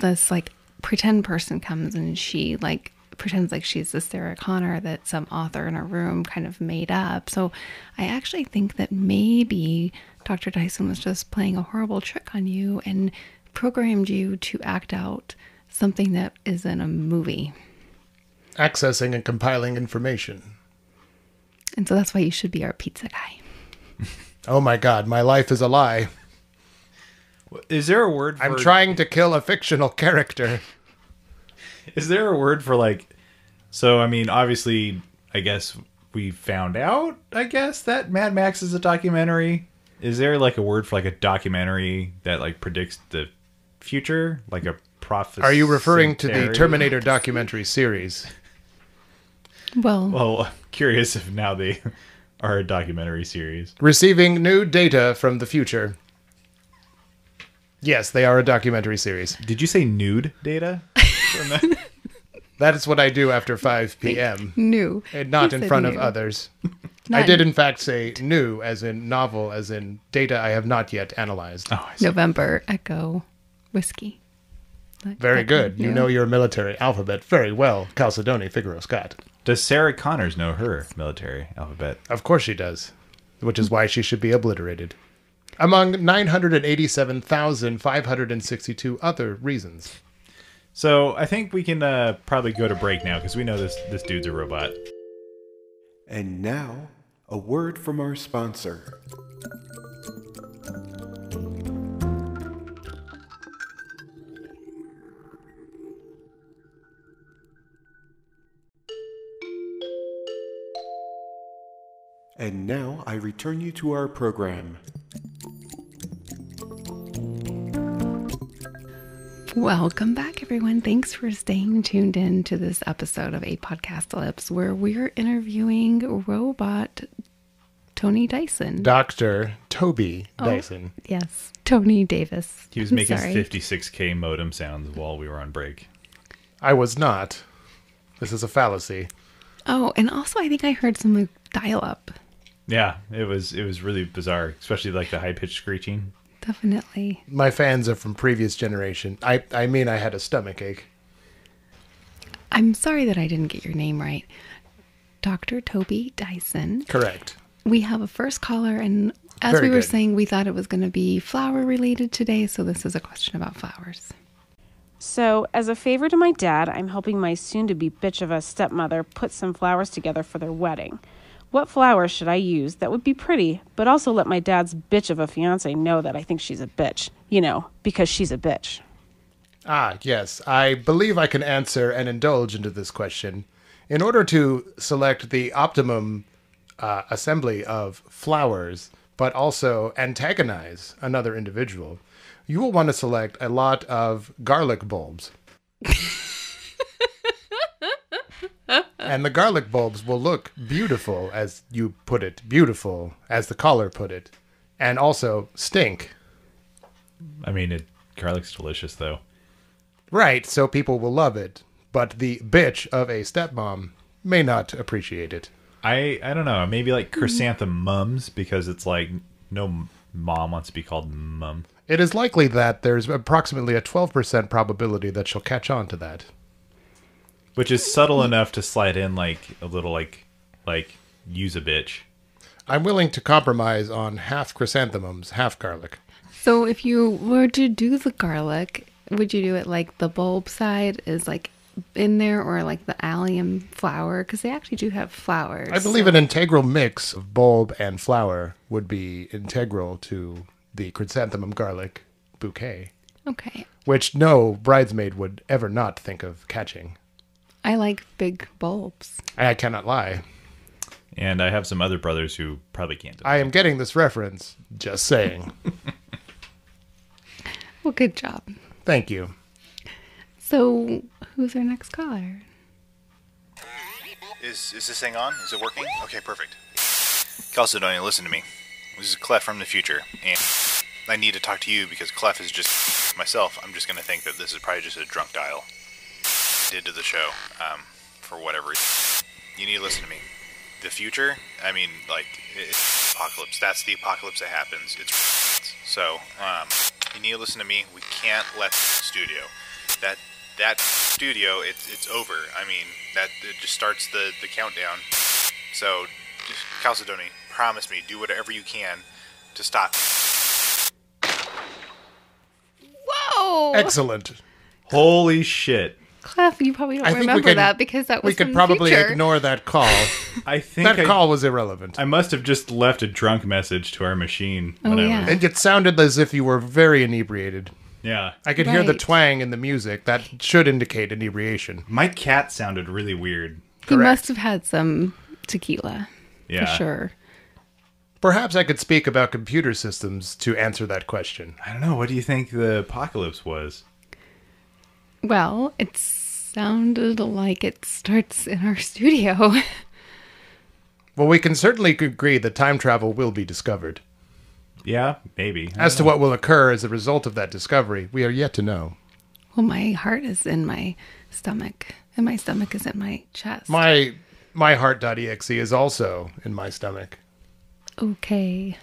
S1: this like pretend person comes and she like pretends like she's the sarah connor that some author in a room kind of made up so i actually think that maybe dr dyson was just playing a horrible trick on you and programmed you to act out something that is in a movie
S3: Accessing and compiling information.
S1: and so that's why you should be our pizza guy
S3: Oh my god, my life is a lie.
S2: Is there a word? For,
S3: I'm trying to kill a fictional character.
S2: Is there a word for like? So I mean, obviously, I guess we found out. I guess that Mad Max is a documentary. Is there like a word for like a documentary that like predicts the future, like a prophecy?
S3: Are you referring to the Terminator documentary series?
S1: Well,
S2: Well, curious if now they (laughs) are a documentary series.
S3: Receiving new data from the future. Yes, they are a documentary series.
S2: Did you say nude data? Oh, From that?
S3: That is what I do after 5 p.m.
S1: new.
S3: and not
S1: He
S3: in
S1: said
S3: front of
S1: new.
S3: others.
S1: Not
S3: I did,
S1: in-
S3: in fact, say new, as in novel, as in data I have not yet analyzed.
S2: oh, I see.
S1: November Echo Whiskey. Like
S3: Very
S1: that
S3: good.
S1: one,
S3: You
S1: yeah.
S3: know your military alphabet very well, Calcedoni Figaro Scott.
S2: Does Sarah Connors know her military alphabet?
S3: Of course she does, which is why she should be obliterated. Among 987,562 other reasons.
S2: So I think we can uh, probably go to break now because we know this this dude's a robot.
S4: And now, a word from our sponsor. And now I return you to our program.
S1: Welcome back, everyone. Thanks for staying tuned in to this episode of A Podcast Ellipse, where we're interviewing robot Tony Dyson.
S3: Dr. Toby
S1: Oh.
S3: Dyson.
S1: yes, Tony Davis.
S2: He was
S1: I'm
S2: making
S1: sorry.
S2: 56k modem sounds while we were on break.
S3: I was not. This is a fallacy.
S1: Oh, and also I think I heard some like, dial-up.
S2: Yeah, it was it was really bizarre, especially like the high pitched screeching.
S1: Definitely.
S3: My fans are from previous generation. I, I mean, I had a stomach ache.
S1: I'm sorry that I didn't get your name right. Dr. Toby Dyson.
S3: Correct.
S1: We have a first caller, and as
S3: Very
S1: we were
S3: good.
S1: saying, we thought it was going to be flower related today, so this is a question about flowers.
S5: So, as a favor to my dad, I'm helping my soon to be bitch of a stepmother put some flowers together for their wedding. What flowers should I use that would be pretty, but also let my dad's bitch of a fiance know that I think she's a bitch? You know, because she's a bitch.
S3: Ah, yes. I believe I can answer and indulge into this question. In order to select the optimum uh, assembly of flowers, but also antagonize another individual, you will want to select a lot of garlic bulbs. and the garlic bulbs will look beautiful, as you put it, beautiful, as the caller put it, and also stink.
S2: I mean, it, garlic's delicious though.
S3: Right, so people will love it, but the bitch of a stepmom may not appreciate it.
S2: I I don't know, maybe like
S1: Mm-hmm.
S2: chrysanthemum mums because it's like no m- mom wants to be called mum.
S3: It is likely that there's approximately a 12% probability that she'll catch on to that.
S2: which is subtle
S1: Mm-hmm.
S2: enough to slide in like a little like like use a bitch
S3: I'm willing to compromise on half chrysanthemums, half garlic.
S1: So, if you were to do the garlic, would you do it like the bulb side is like in there, or like the allium flower? Because they actually do have flowers.
S3: I believe an integral mix of bulb and flower would be integral to the chrysanthemum garlic bouquet,
S1: Okay,
S3: which no bridesmaid would ever not think of catching.
S1: I like big bulbs.
S3: I cannot lie.
S2: and i have some other brothers who probably can't
S3: I am getting this reference, just saying.
S1: Well, good job.
S3: Thank you.
S1: So, who's our next caller?
S6: Is is this thing on? Is it working? Okay, perfect. Calcedonia, listen to me. This is Clef from the future, and I need to talk to you because Clef is just myself. I'm just gonna think that this is probably just a drunk dial did to the show, um, for whatever reason. You need to listen to me. The future, I mean, like it, it's apocalypse. That's the apocalypse that happens. It's so um, you need to listen to me. We can't let the studio. That that studio, it's it's over. I mean, that it just starts the the countdown. So, just, Calcedoni, promise me, do whatever you can to stop.
S1: Whoa,
S3: Excellent.
S2: holy shit
S1: Clef, you probably don't remember that because that was
S3: we could
S1: from the
S3: probably
S1: future.
S3: ignore that call.
S1: (laughs)
S2: i think
S3: that
S2: I,
S3: call was irrelevant,
S2: I must have just left a drunk message to our machine when
S1: Oh,
S2: i
S1: yeah.
S2: was
S3: and it sounded as if you were very inebriated.
S2: Yeah.
S3: I could hear the
S1: Right.
S3: twang in the music. That should indicate inebriation.
S2: My cat sounded really weird.
S1: He
S3: Correct.
S1: must have had some tequila.
S2: Yeah.
S1: For sure.
S3: Perhaps I could speak about computer systems to answer that question.
S2: I don't know. What do you think the apocalypse was?
S1: Well, it sounded like it starts in our (laughs) studio.
S3: Well, we can certainly agree that time travel will be discovered.
S2: Yeah, maybe.
S3: As to what will occur as a result of that discovery, we are yet to know.
S1: well, my heart is in my stomach, and my stomach is in my chest.
S3: My my heart.exe E is also in my stomach.
S1: okay.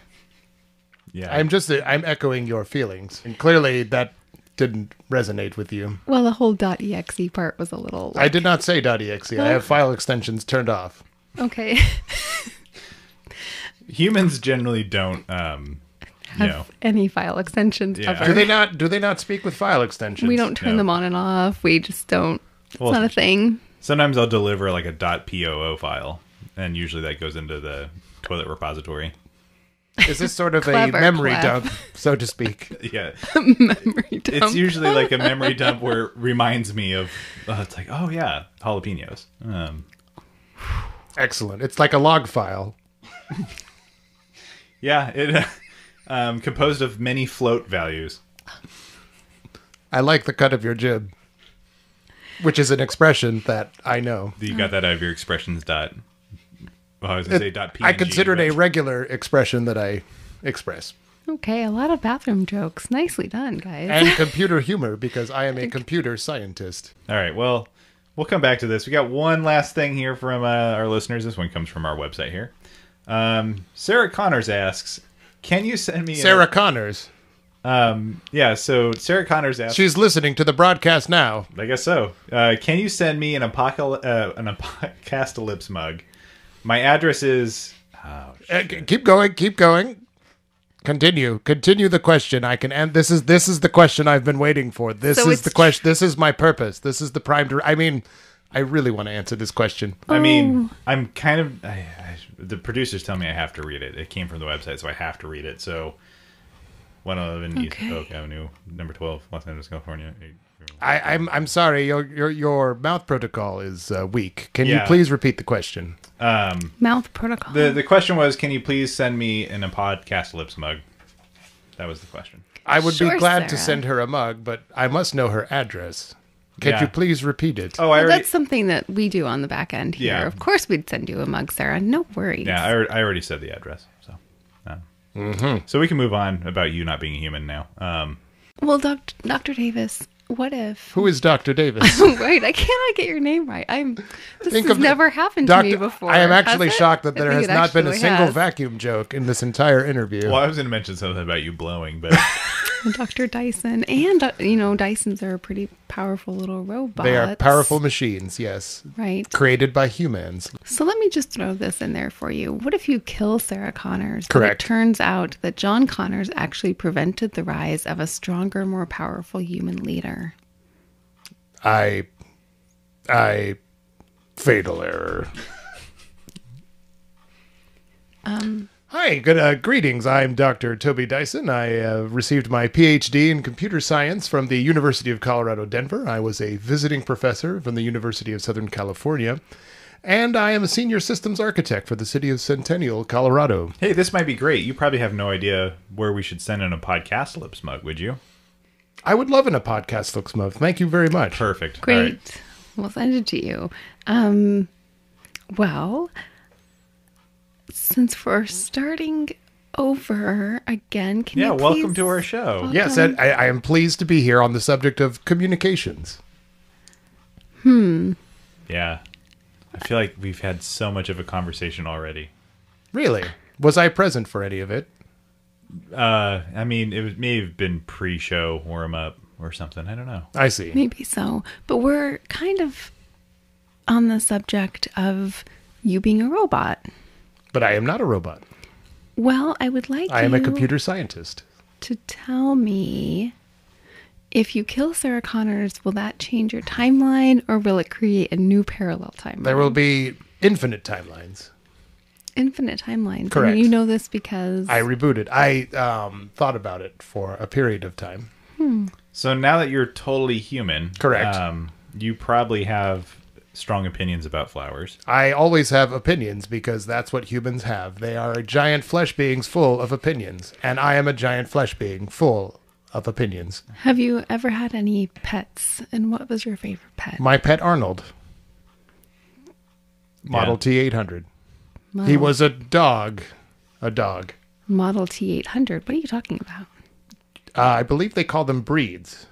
S2: yeah.
S3: I'm just I'm echoing your feelings, and clearly that didn't resonate with you.
S1: Well, the whole .exe part was a little
S3: I did not say .exe. I have file extensions turned off.
S1: okay. (laughs)
S2: Humans generally don't. Um, you
S1: Have
S2: know.
S1: any file extensions
S2: Yeah.
S3: Do
S1: ever.
S3: they not? Do they not speak with file extensions?
S1: We don't turn
S2: No.
S1: them on and off. We just don't. It's
S2: Well,
S1: not a thing. (laughs)
S2: Sometimes I'll deliver like a .poo file, and usually that goes into the toilet repository. (laughs)
S3: Is this sort of a
S1: Clever,
S3: memory
S1: Clef.
S3: dump, so to speak?
S2: Yeah,
S1: Memory
S2: it's
S1: dump.
S2: usually like a memory dump where it reminds me of. Uh, it's like, oh yeah, jalapenos. Um,
S3: Excellent. It's like a log file.
S2: yeah, it (laughs) um, composed of many float values.
S3: I like the cut of your jib, which is an expression that I know.
S2: You got that out of your expressions dot. Well, I was gonna say dot PNG,
S3: I consider it a
S2: but-
S3: regular expression that I express.
S1: okay, a lot of bathroom jokes. Nicely done, guys.
S3: And computer humor, because I am a computer scientist.
S2: All right. Well, we'll come back to this. We got one last thing here from uh, our listeners. This one comes from our website here. Um, Sarah Connors asks, "Can you send me a-
S3: Sarah Connors.
S2: yeah. So Sarah Connors asks.
S3: She's listening to the broadcast now.
S2: I guess so. Uh, can you send me an apocal uh, an apocalypse mug? My address is.
S3: Uh, c- keep going, keep going. Continue. Continue the question. I can end this is this is the question I've been waiting for. This
S1: So
S3: is
S1: it's
S3: the question this is my purpose. This is the prime dir- I mean, I really want to answer this question.
S2: I mean, I'm kind of. I, I, the producers tell me I have to read it. It came from the website, so I have to read it. So, 111
S1: Okay.
S2: East Oak Avenue, number 12, Los Angeles, California.
S3: I, I'm I'm sorry. Your your your mouth protocol is uh, weak. Can you
S2: Yeah.
S3: please repeat the question?
S1: Mouth protocol.
S2: The the question was, can you please send me an a podcast lips mug? That was the question.
S3: I would be
S1: Sure,
S3: glad to
S1: Sarah.
S3: send her a mug, but I must know her address. Can
S2: Yeah.
S3: you please repeat it?
S2: Oh, I
S1: Well,
S2: already
S1: that's something that we do on the back end here.
S2: Yeah.
S1: Of course, we'd send you a mug, Sarah. No worries.
S2: yeah, I, alre- I already said the address. So, uh, so we can move on about you not being a human now. Um,
S1: well, doc- Dr. Davis, what if?
S3: Who is
S1: (laughs)
S3: Dr. Davis?
S1: right, I cannot get your name right. I'm. This
S3: Think
S1: has
S3: of the-
S1: never happened
S3: Doctor-
S1: to me before.
S3: I am
S1: has
S3: actually
S1: it?
S3: shocked that
S1: I
S3: there
S1: think
S3: has
S1: it
S3: not been a
S1: actually
S3: single
S1: has.
S3: vacuum joke in this entire interview.
S2: well, I was going to mention something about you blowing, (laughs) but
S1: Dr. Dyson and uh, you know Dysons are a pretty powerful little robot.
S3: They are powerful machines, yes,
S1: right?
S3: created by humans.
S1: So let me just throw this in there for you. What if you kill Sarah Connors? but
S3: Correct.
S1: It turns out that John Connors actually prevented the rise of a stronger, more powerful human leader.
S3: I, I, fatal error. Um. Hi, good uh, greetings. I'm Dr. Toby Dyson. I uh, received my PhD in computer science from the University of Colorado Denver. I was a visiting professor from the University of Southern California, and I am a senior systems architect for the city of Centennial, Colorado.
S2: hey, this might be great. You probably have no idea where we should send in a podcast lips mug, would you?
S3: I would love in a podcast looks month. Thank you very much.
S2: Perfect. All
S1: Great.
S2: right.
S1: We'll send it to you. Um, well, since we're starting over again, can
S2: Yeah,
S1: you
S2: welcome
S1: please-
S2: to our show.
S3: Yes, and I, I am pleased to be here on the subject of communications.
S2: Yeah. I feel like we've had so much of a conversation already.
S3: Really? Was I present for any of it?
S2: Uh, I mean, it was, may have been pre-show warm up or something. I don't know.
S3: I see.
S1: Maybe so. But we're kind of on the subject of you being a robot.
S3: But I am not a robot.
S1: Well, I would like
S3: I am a
S1: you
S3: computer scientist.
S1: to tell me if you kill Sarah Connors, will that change your timeline or will it create a new parallel timeline?
S3: There will be infinite timelines.
S1: Infinite timelines.
S3: Correct.
S1: And you know this because
S3: I rebooted. I um, thought about it for a period of time.
S2: So now that you're totally human,
S3: Correct.
S2: Um, you probably have strong opinions about flowers.
S3: I always have opinions because that's what humans have. They are giant flesh beings full of opinions, and I am a giant flesh being full of opinions.
S1: Have you ever had any pets? And what was your favorite pet?
S3: My pet Arnold, Model
S2: Yeah.
S3: T eight hundred.
S1: Model,
S3: He was a dog, a dog.
S1: Model T800. What are you talking about?
S3: Uh, I believe they call them breeds.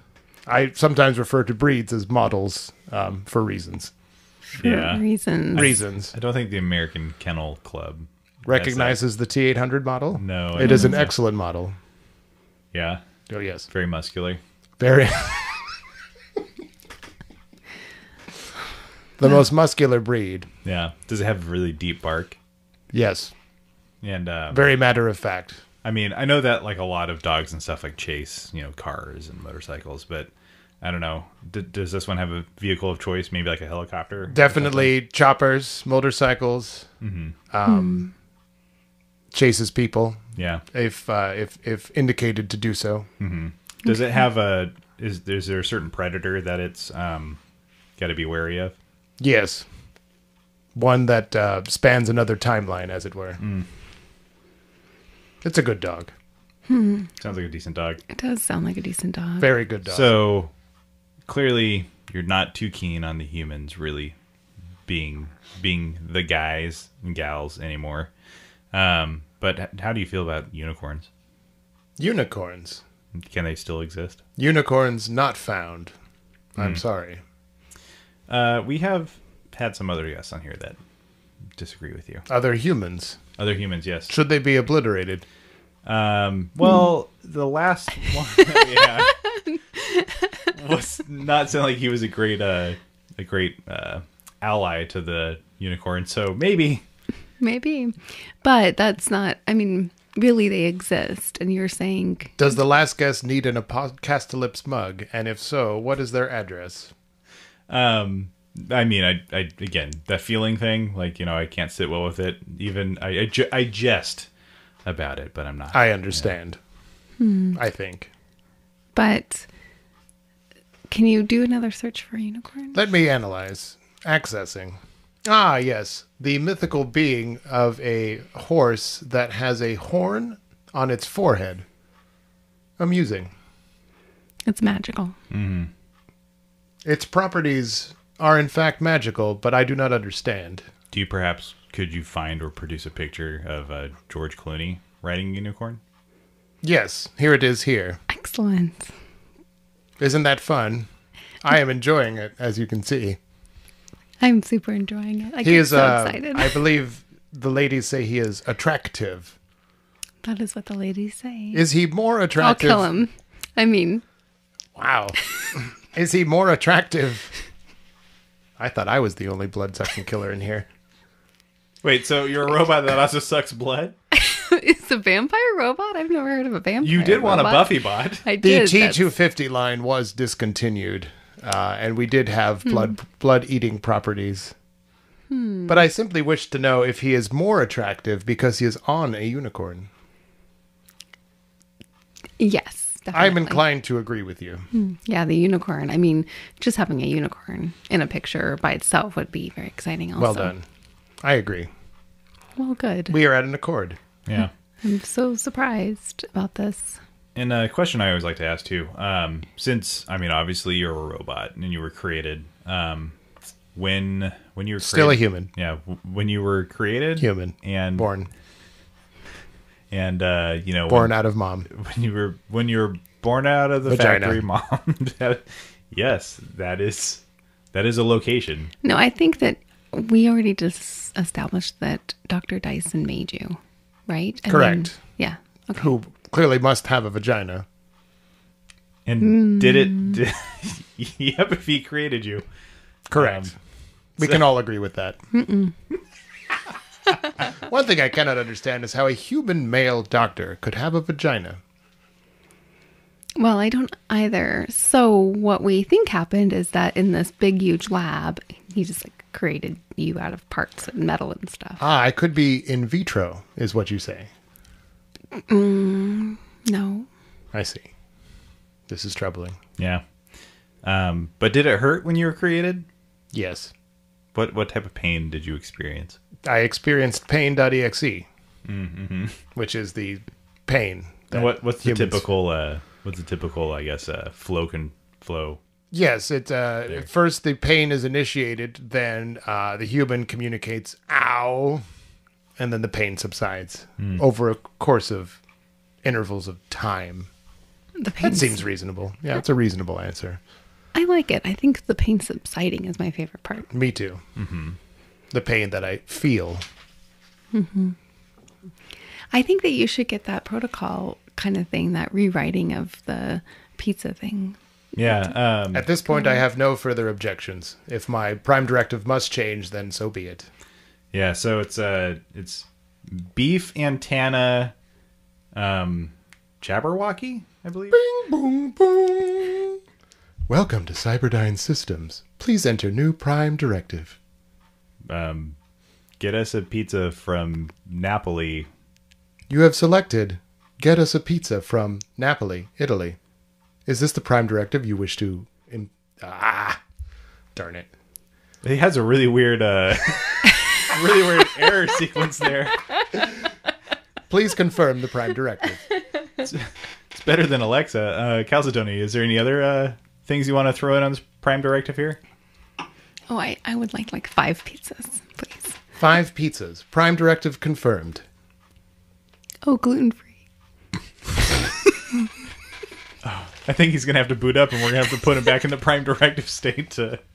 S3: I sometimes refer to breeds as models um, for reasons.
S1: For
S2: Yeah.
S1: reasons.
S3: Reasons
S2: I don't think the American Kennel Club has that.
S3: recognizes the T eight hundred model.
S2: No, I
S3: it is
S2: don't
S3: an
S2: think so.
S3: excellent model.
S2: Yeah,
S3: Oh yes,
S2: very muscular.
S3: Very. (laughs) the most muscular breed.
S2: Yeah, does it have really deep bark?
S3: Yes.
S2: And um,
S3: Very matter of fact.
S2: I mean, I know that like a lot of dogs and stuff like chase, you know, cars and motorcycles, but I don't know. D- does this one have a vehicle of choice? Maybe like a helicopter?
S3: Definitely choppers, motorcycles, um,
S2: Mm-hmm.
S3: chases people
S2: yeah.
S3: if uh, if if indicated to do so.
S2: Does it have a? Is, is there a certain predator that it's um, got to be wary of?
S3: Yes. One that uh, spans another timeline, as it were. It's a good dog.
S2: Sounds like a decent dog.
S1: It does sound like a decent dog.
S3: Very good dog.
S2: So clearly, you're not too keen on the humans really being being the guys and gals anymore. Um, but h- how do you feel about unicorns?
S3: Unicorns.
S2: Can they still exist?
S3: Unicorns not found. I'm sorry.
S2: Uh, we have had some other guests on here that disagree with you.
S3: Other humans.
S2: Other humans, yes.
S3: Should they be obliterated?
S2: Um, (laughs) well, the last one (laughs) yeah, was not sound like he was a great uh, a great uh, ally to the unicorn. So maybe
S1: Maybe. But that's not, I mean, really they exist. And you're saying
S3: Does the last guest need an Apostolips mug? And if so, what is their address?
S2: Um, I mean, I, I again that feeling thing. Like you know, I can't sit well with it. Even I, I, ju- I jest about it, but I'm not.
S3: I understand. I think.
S1: But can you do another search for a unicorn?
S3: Let me analyze. Accessing. Ah, yes. The mythical being of a horse that has a horn on its forehead. Amusing.
S1: It's magical.
S3: Its properties are in fact magical, but I do not understand.
S2: Do you perhaps could you find or produce a picture of uh, George Clooney riding a unicorn?
S3: Yes, here it is here.
S1: Excellent.
S3: Isn't that fun? I am enjoying it, as you
S1: (laughs)
S3: can see.
S1: I'm super enjoying it. I
S3: He
S1: get
S3: is,
S1: so
S3: uh,
S1: excited.
S3: I believe the ladies say he is attractive.
S1: that is what the ladies say.
S3: Is he more
S1: I'll
S3: attractive?
S1: kill him. I mean, (laughs)
S3: Wow. (laughs) is he more attractive? I thought I was the only bloodsucking killer in here.
S2: Wait, so you're a robot that also sucks blood?
S1: it's a vampire robot. I've never heard of a vampire.
S2: You did want a
S1: robot. (laughs)
S2: Buffy bot.
S1: I
S3: The
S1: did. that's-
S3: T250 line was discontinued, uh, and we did have blood blood eating properties. But I simply wish to know if he is more attractive because he is on a unicorn.
S1: Yes, definitely.
S3: I'm inclined to agree with you.
S1: Yeah, the unicorn. I mean, just having a unicorn in a picture by itself would be very exciting. Also,
S3: Well done. I agree.
S1: Well, good.
S3: We are at an accord.
S2: Yeah.
S1: I'm so surprised about this.
S2: And a question I always like to ask too, um, since I mean, obviously you're a robot and you were created. Um, when when you were
S3: Still a
S2: created-
S3: human.
S2: yeah, w- when you were created,
S3: Human.
S2: and
S3: Born.
S2: and uh, you know,
S3: Born out of mom.
S2: when you were when you were born out of the
S3: Vagina.
S2: factory (laughs) mom that- yes that is that is a location
S1: No, I think that we already just established that Dr. Dyson made you, right? And
S3: Correct.
S1: then- yeah. Okay.
S3: Who clearly must have a vagina.
S2: and
S3: Mm.
S2: did it did, (laughs) yep if he created you Um,
S3: Correct. we can all agree with that. (laughs) One thing I cannot understand is how a human male doctor could have a vagina.
S1: Well, I don't either. So what we think happened is that in this big, huge lab, he just like created you out of parts and metal and stuff.
S3: Ah, I could be in vitro, is what you say.
S1: No,
S3: I see. This is troubling.
S2: Yeah. Um, but did it hurt when you were created?
S3: Yes.
S2: What what type of pain did you experience?
S3: I experienced pain.exe, which is the pain.
S2: Mm-hmm.
S3: that
S2: And what what's the
S3: humans-
S2: typical uh what's the typical I guess uh flow can flow
S3: Yes, it uh, first the pain is initiated, then uh, the human communicates "ow," and then the pain subsides over a course of intervals of time.
S1: The pain
S3: That seems reasonable. Yeah, it's a reasonable answer.
S1: I like it. I think the pain subsiding is my favorite part.
S3: Me too. Mm-hmm. The pain that I feel.
S1: I think that you should get that protocol kind of thing, that rewriting of the pizza thing.
S2: Yeah, um
S3: At this point, I have no further objections. If my prime directive must change, then so be it.
S2: yeah, so it's uh it's beef antana um Jabberwocky, I believe.
S3: Boom, boom. Welcome to Cyberdyne Systems. Please enter new prime directive.
S2: Um get us a pizza from Napoli.
S3: You have selected Get Us a Pizza from Napoli, Italy. Is this the prime directive you wish to. Im- ah! Darn it.
S2: It has a really weird uh (laughs) really weird error (laughs) sequence there.
S3: Please confirm the prime directive.
S2: It's better than Alexa. Uh Calzadoni, is there any other uh things you want to throw in on this prime directive here?
S1: Oh, I, I would like like five pizzas, please.
S3: Five pizzas. Prime directive confirmed.
S1: Oh, gluten free.
S2: I think he's gonna have to boot up, and we're gonna have to put him back in the prime directive state. To... (laughs)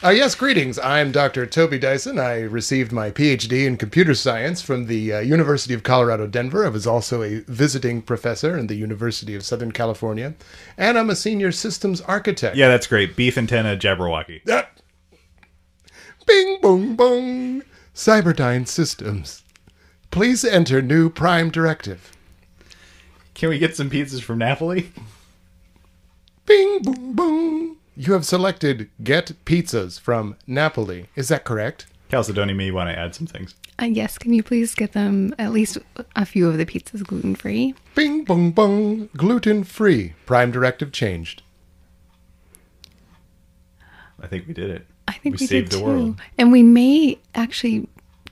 S3: Uh, yes, greetings. I'm Dr. Toby Dyson. I received my PhD in computer science from the uh, University of Colorado Denver. I was also a visiting professor in the University of Southern California, and I'm a senior systems architect.
S2: Yeah, that's great. Beef antenna Jabberwocky.
S3: Ah. Bing, boom, boom. Cyberdyne Systems. Please enter new prime directive.
S2: Can we get some pizzas from Napoli?
S3: Bing, boom, boom. You have selected Get Pizzas from Napoli. Is that correct?
S2: Calcedoni, may want to add some things.
S1: Uh, yes, can you please get them at least a few of the pizzas gluten free?
S3: Bing, boom, boom. Gluten free. Prime directive changed.
S2: I think we did it.
S1: I think we,
S2: we, saved
S1: did too.
S2: the world. (laughs)
S1: And we may actually. Do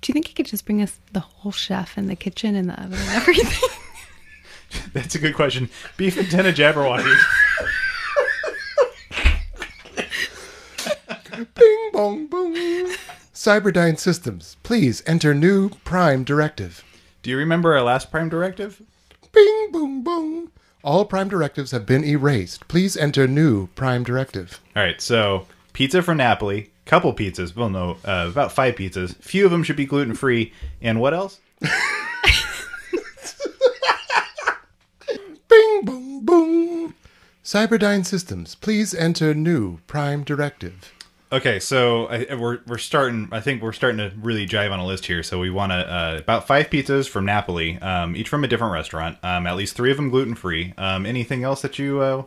S1: you think you could just bring us the whole chef and the kitchen and the oven and everything?
S2: That's a good question. Beef antenna Jabberwocky.
S3: Bing, bong, boom. Cyberdyne Systems. Please enter new prime directive.
S2: Do you remember our last prime directive?
S3: Bing, boom, boom. All prime directives have been erased. Please enter new prime directive.
S2: All right, so pizza from Napoli, couple pizzas. Well, no, uh, about five pizzas. Few of them should be gluten free. And what else?
S3: Bing, boom, boom. Cyberdyne Systems, please enter new prime directive.
S2: Okay, so I, we're we're starting. I think we're starting to really jive on a list here. So we want to uh, about five pizzas from Napoli, um, each from a different restaurant. Um, at least three of them gluten free. Um, anything else that you? Uh,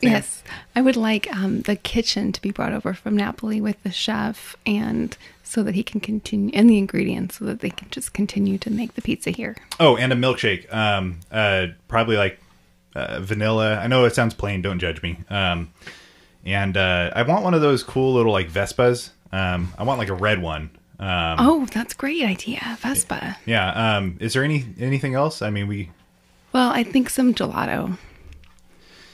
S1: yes. I would like um, the kitchen to be brought over from Napoli with the chef and so that he can continue, and the ingredients so that they can just continue to make the pizza here.
S2: oh, and a milkshake. Um, uh, probably like uh, vanilla. I know it sounds plain. Don't judge me. Um, and uh, I want one of those cool little like Vespas. Um, I want like a red one. Um,
S1: Oh, that's a great idea. Vespa.
S2: yeah. Um, is there any anything else? I mean, we
S1: Well, I think some gelato.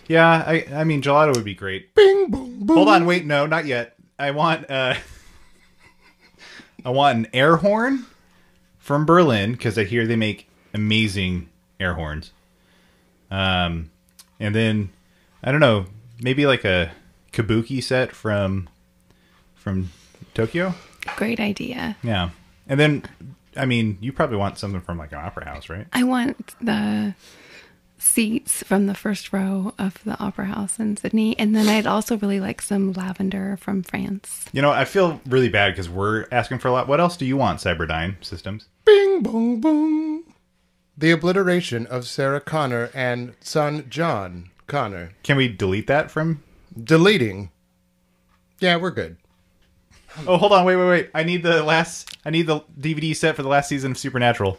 S2: Yeah, I I mean gelato would be great. Bing boom boom. Hold on, wait, no, not yet. I want uh I want an air horn from Berlin cuz I hear they make amazing air horns. Um and then I don't know, maybe like a kabuki set from from Tokyo?
S1: Great idea.
S2: Yeah. And then I mean, you probably want something from like an opera house, right?
S1: I want the seats from the first row of the Opera House in Sydney. And then I'd also really like some lavender from France.
S2: You know, I feel really bad cuz we're asking for a lot. What else do you want, Cyberdyne Systems?
S3: Bing, boom, boom. The obliteration of Sarah Connor and son John Connor.
S2: Can we delete that from?
S3: Deleting. Yeah, we're good.
S2: Oh, hold on, wait, wait, wait. I need the last. I need the DVD set for the last season of Supernatural.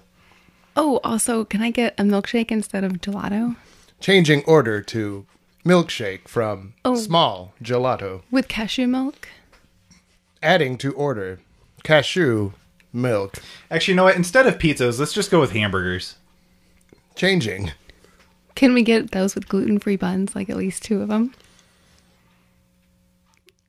S1: Oh, also, can I get a milkshake instead of gelato?
S3: changing order to milkshake from small gelato,
S1: With cashew milk?
S3: adding to order cashew milk,
S2: Actually, you know what? Instead of pizzas, let's just go with hamburgers.
S3: changing
S1: Can we get those with gluten free buns, like at least two of them?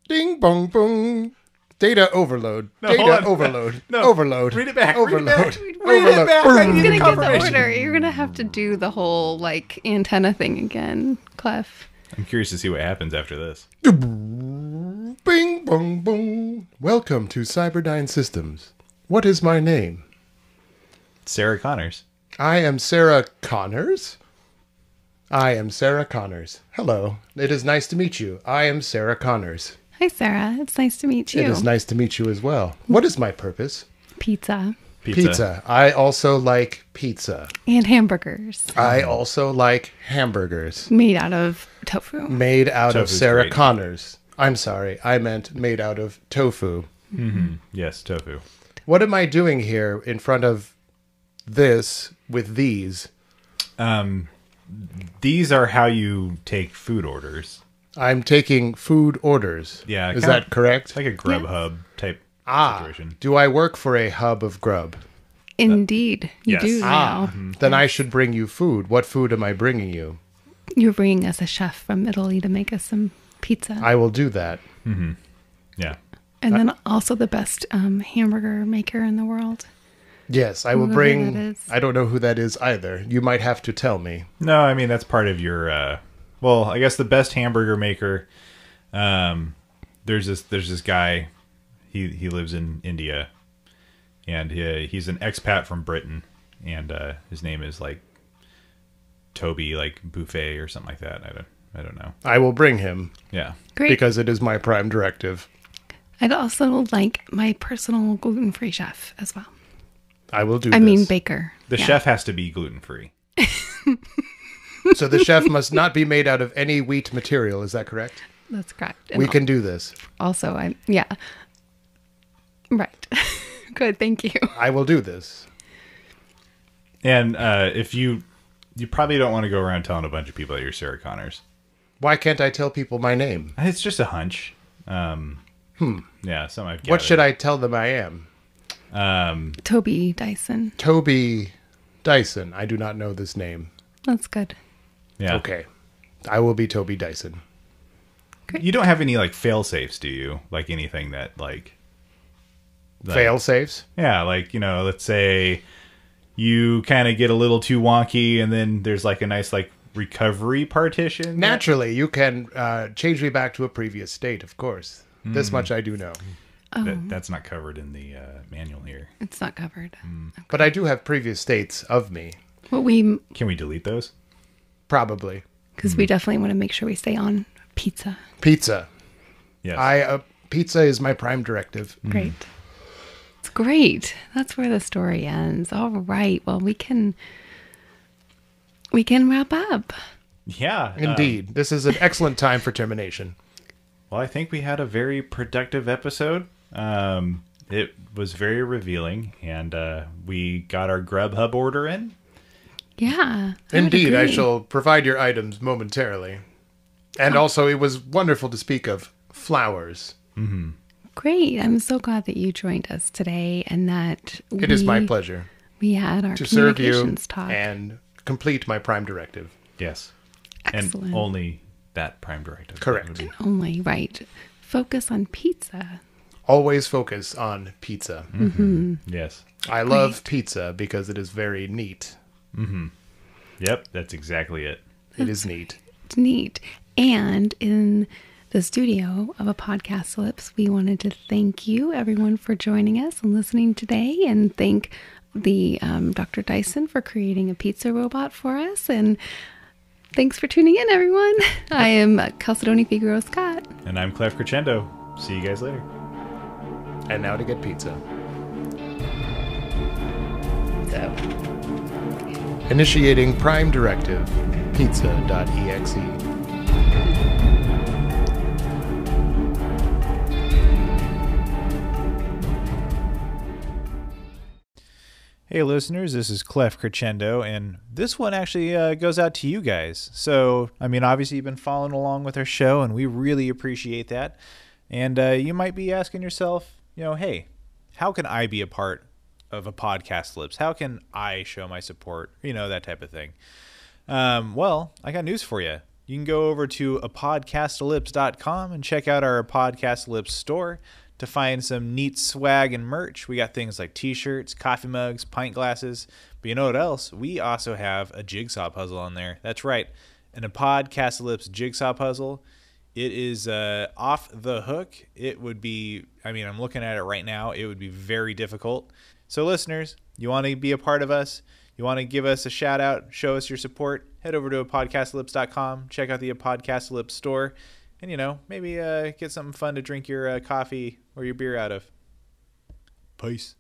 S3: ding bong boom. Data overload.
S2: hold
S3: Data
S2: on.
S3: overload.
S2: (laughs) No.
S3: Overload.
S2: Read it back. Read it
S3: Overload.
S2: back. Read it
S3: Overload.
S2: back. I need
S1: You're gonna get the
S2: confirmation.
S1: order. You're gonna have to do the whole like antenna thing again, Clef.
S2: I'm curious to see what happens after this.
S3: Bing bong boom. Welcome to Cyberdyne Systems. What is my name?
S2: Sarah Connors.
S3: I am Sarah Connors. I am Sarah Connors. Hello. It is nice to meet you. I am Sarah Connors.
S1: Hi, Sarah. It's nice to meet
S3: It
S1: you.
S3: is nice to meet you as well. What is my purpose?
S1: Pizza
S2: Pizza.
S3: I also like pizza.
S1: and hamburgers
S3: I also like hamburgers
S1: made out of tofu.
S3: made out
S2: Tofu's
S3: of Sarah
S2: great.
S3: Connors. I'm sorry. I meant made out of tofu.
S2: Yes, tofu.
S3: What am I doing here in front of this with these?
S2: Um, These are how you take food orders.
S3: I'm taking food orders.
S2: Yeah,
S3: Is
S2: kinda-
S3: that correct?
S2: It's like a Grubhub type situation.
S3: Do I work for a hub of grub?
S1: Indeed, you
S2: Yes.
S1: do
S3: Ah,
S1: now.
S2: Hmm.
S3: then I should bring you food. What food am I bringing you?
S1: You're bringing us a chef from Italy to make us some pizza,
S3: I will do that.
S2: Yeah.
S1: and then also the best um, hamburger maker in the world.
S3: Yes, I will
S1: Whoever
S3: bring.
S1: that is.
S3: I don't know who that is either. You might have to tell me.
S2: No, I mean that's part of your. Uh, well, I guess the best hamburger maker. Um, there's this there's this guy. He he lives in India, and he, he's an expat from Britain, and uh, his name is like Toby like Buffet or something like that. I don't I don't know.
S3: I will bring him
S2: Yeah.
S1: Great.
S3: because it is my prime directive.
S1: I'd also like my personal gluten-free chef as well.
S3: I will do.
S1: I mean
S3: this.
S1: baker.
S2: The
S1: Yeah.
S2: chef has to be gluten free.
S3: so the chef must not be made out of any wheat material. Is that correct?
S1: That's correct. And
S3: We can do this.
S1: also I yeah. Right. (laughs) Good, thank you.
S3: I will do this.
S2: And uh, if you you probably don't want to go around telling a bunch of people that you're Sarah Connors.
S3: Why can't I tell people my name?
S2: It's just a hunch. Um, hmm. Yeah. Some I've
S3: What
S2: gathered.
S3: should I tell them I am?
S1: Toby Dyson.
S3: Toby Dyson. I do not know this name.
S1: That's good.
S2: Yeah.
S3: Okay. I will be Toby Dyson.
S2: You don't have any like fail safes, do you? Like anything that like that-
S3: Fail safes.
S2: Yeah, like you know, let's say you kind of get a little too wonky, and then there's like a nice like recovery partition.
S3: Naturally, you can uh, change me back to a previous state, of course. This
S2: Hmm.
S3: much I do know.
S2: That- that's not covered in the uh, manual here.
S1: It's not covered.
S3: But I do have previous states of me,
S1: Well, we
S2: Can we delete those?
S3: probably.
S1: because
S3: Mm.
S1: we definitely want to make sure we stay on pizza.
S3: Mm-hmm. Pizza.
S2: Yes. Mm.
S3: I uh, pizza is my prime directive.
S1: Great. It's great. That's where the story ends. All right. Well, we can we can wrap up.
S2: yeah. uh,
S3: Indeed. this is an excellent time for termination.
S2: Well, I think we had a very productive episode. Um, it was very revealing, and uh, we got our Grubhub order in.
S1: Yeah. I would
S3: Indeed, I
S1: agree.
S3: shall provide your items momentarily. And
S1: Oh.
S3: also, it was wonderful to speak of flowers.
S1: Great. I'm so glad that you joined us today and that
S3: It is my
S1: we-
S3: pleasure
S1: We had our
S3: to serve you
S1: communications talk.
S3: and complete my prime directive.
S2: Yes.
S1: Excellent.
S2: And only that prime directive.
S3: Correct.
S2: That would be-
S1: Only right. Focus on pizza.
S3: Always focus on pizza.
S2: Yes.
S3: I love pizza because it is very neat.
S2: Yep. That's exactly it.
S3: It is neat.
S1: It's neat. And in the studio of a podcast ellipse, we wanted to thank you, everyone, for joining us and listening today, and thank the um, Dr. Dyson for creating a pizza robot for us. And thanks for tuning in, everyone. (laughs) I am Calcedoni Figueroa Scott.
S2: And I'm Clef Crescendo. See you guys later.
S3: And now to get pizza.
S1: So.
S3: Initiating prime directive pizza.exe.
S2: Hey, listeners, this is Clef Crescendo, and this one actually uh, goes out to you guys. So, I mean, obviously, you've been following along with our show, and we really appreciate that. And uh, you might be asking yourself, you know, hey, how can I be a part of a podcast lips? How can I show my support? You know, that type of thing. Um, well, I got news for you. You can go over to apodcastelips.com and check out our Podcast Ellipse store to find some neat swag and merch. We got things like t shirts, coffee mugs, pint glasses. But you know what else? We also have a jigsaw puzzle on there. That's right, an Apodcast Ellipse jigsaw puzzle. It is uh, off the hook. It would be, I mean, I'm looking at it right now. It would be very difficult. So, listeners, you want to be a part of us? You want to give us a shout out, show us your support? Head over to podcastlips.com, check out the Podcast Lips store, and, you know, maybe uh, get something fun to drink your uh, coffee or your beer out of. Peace.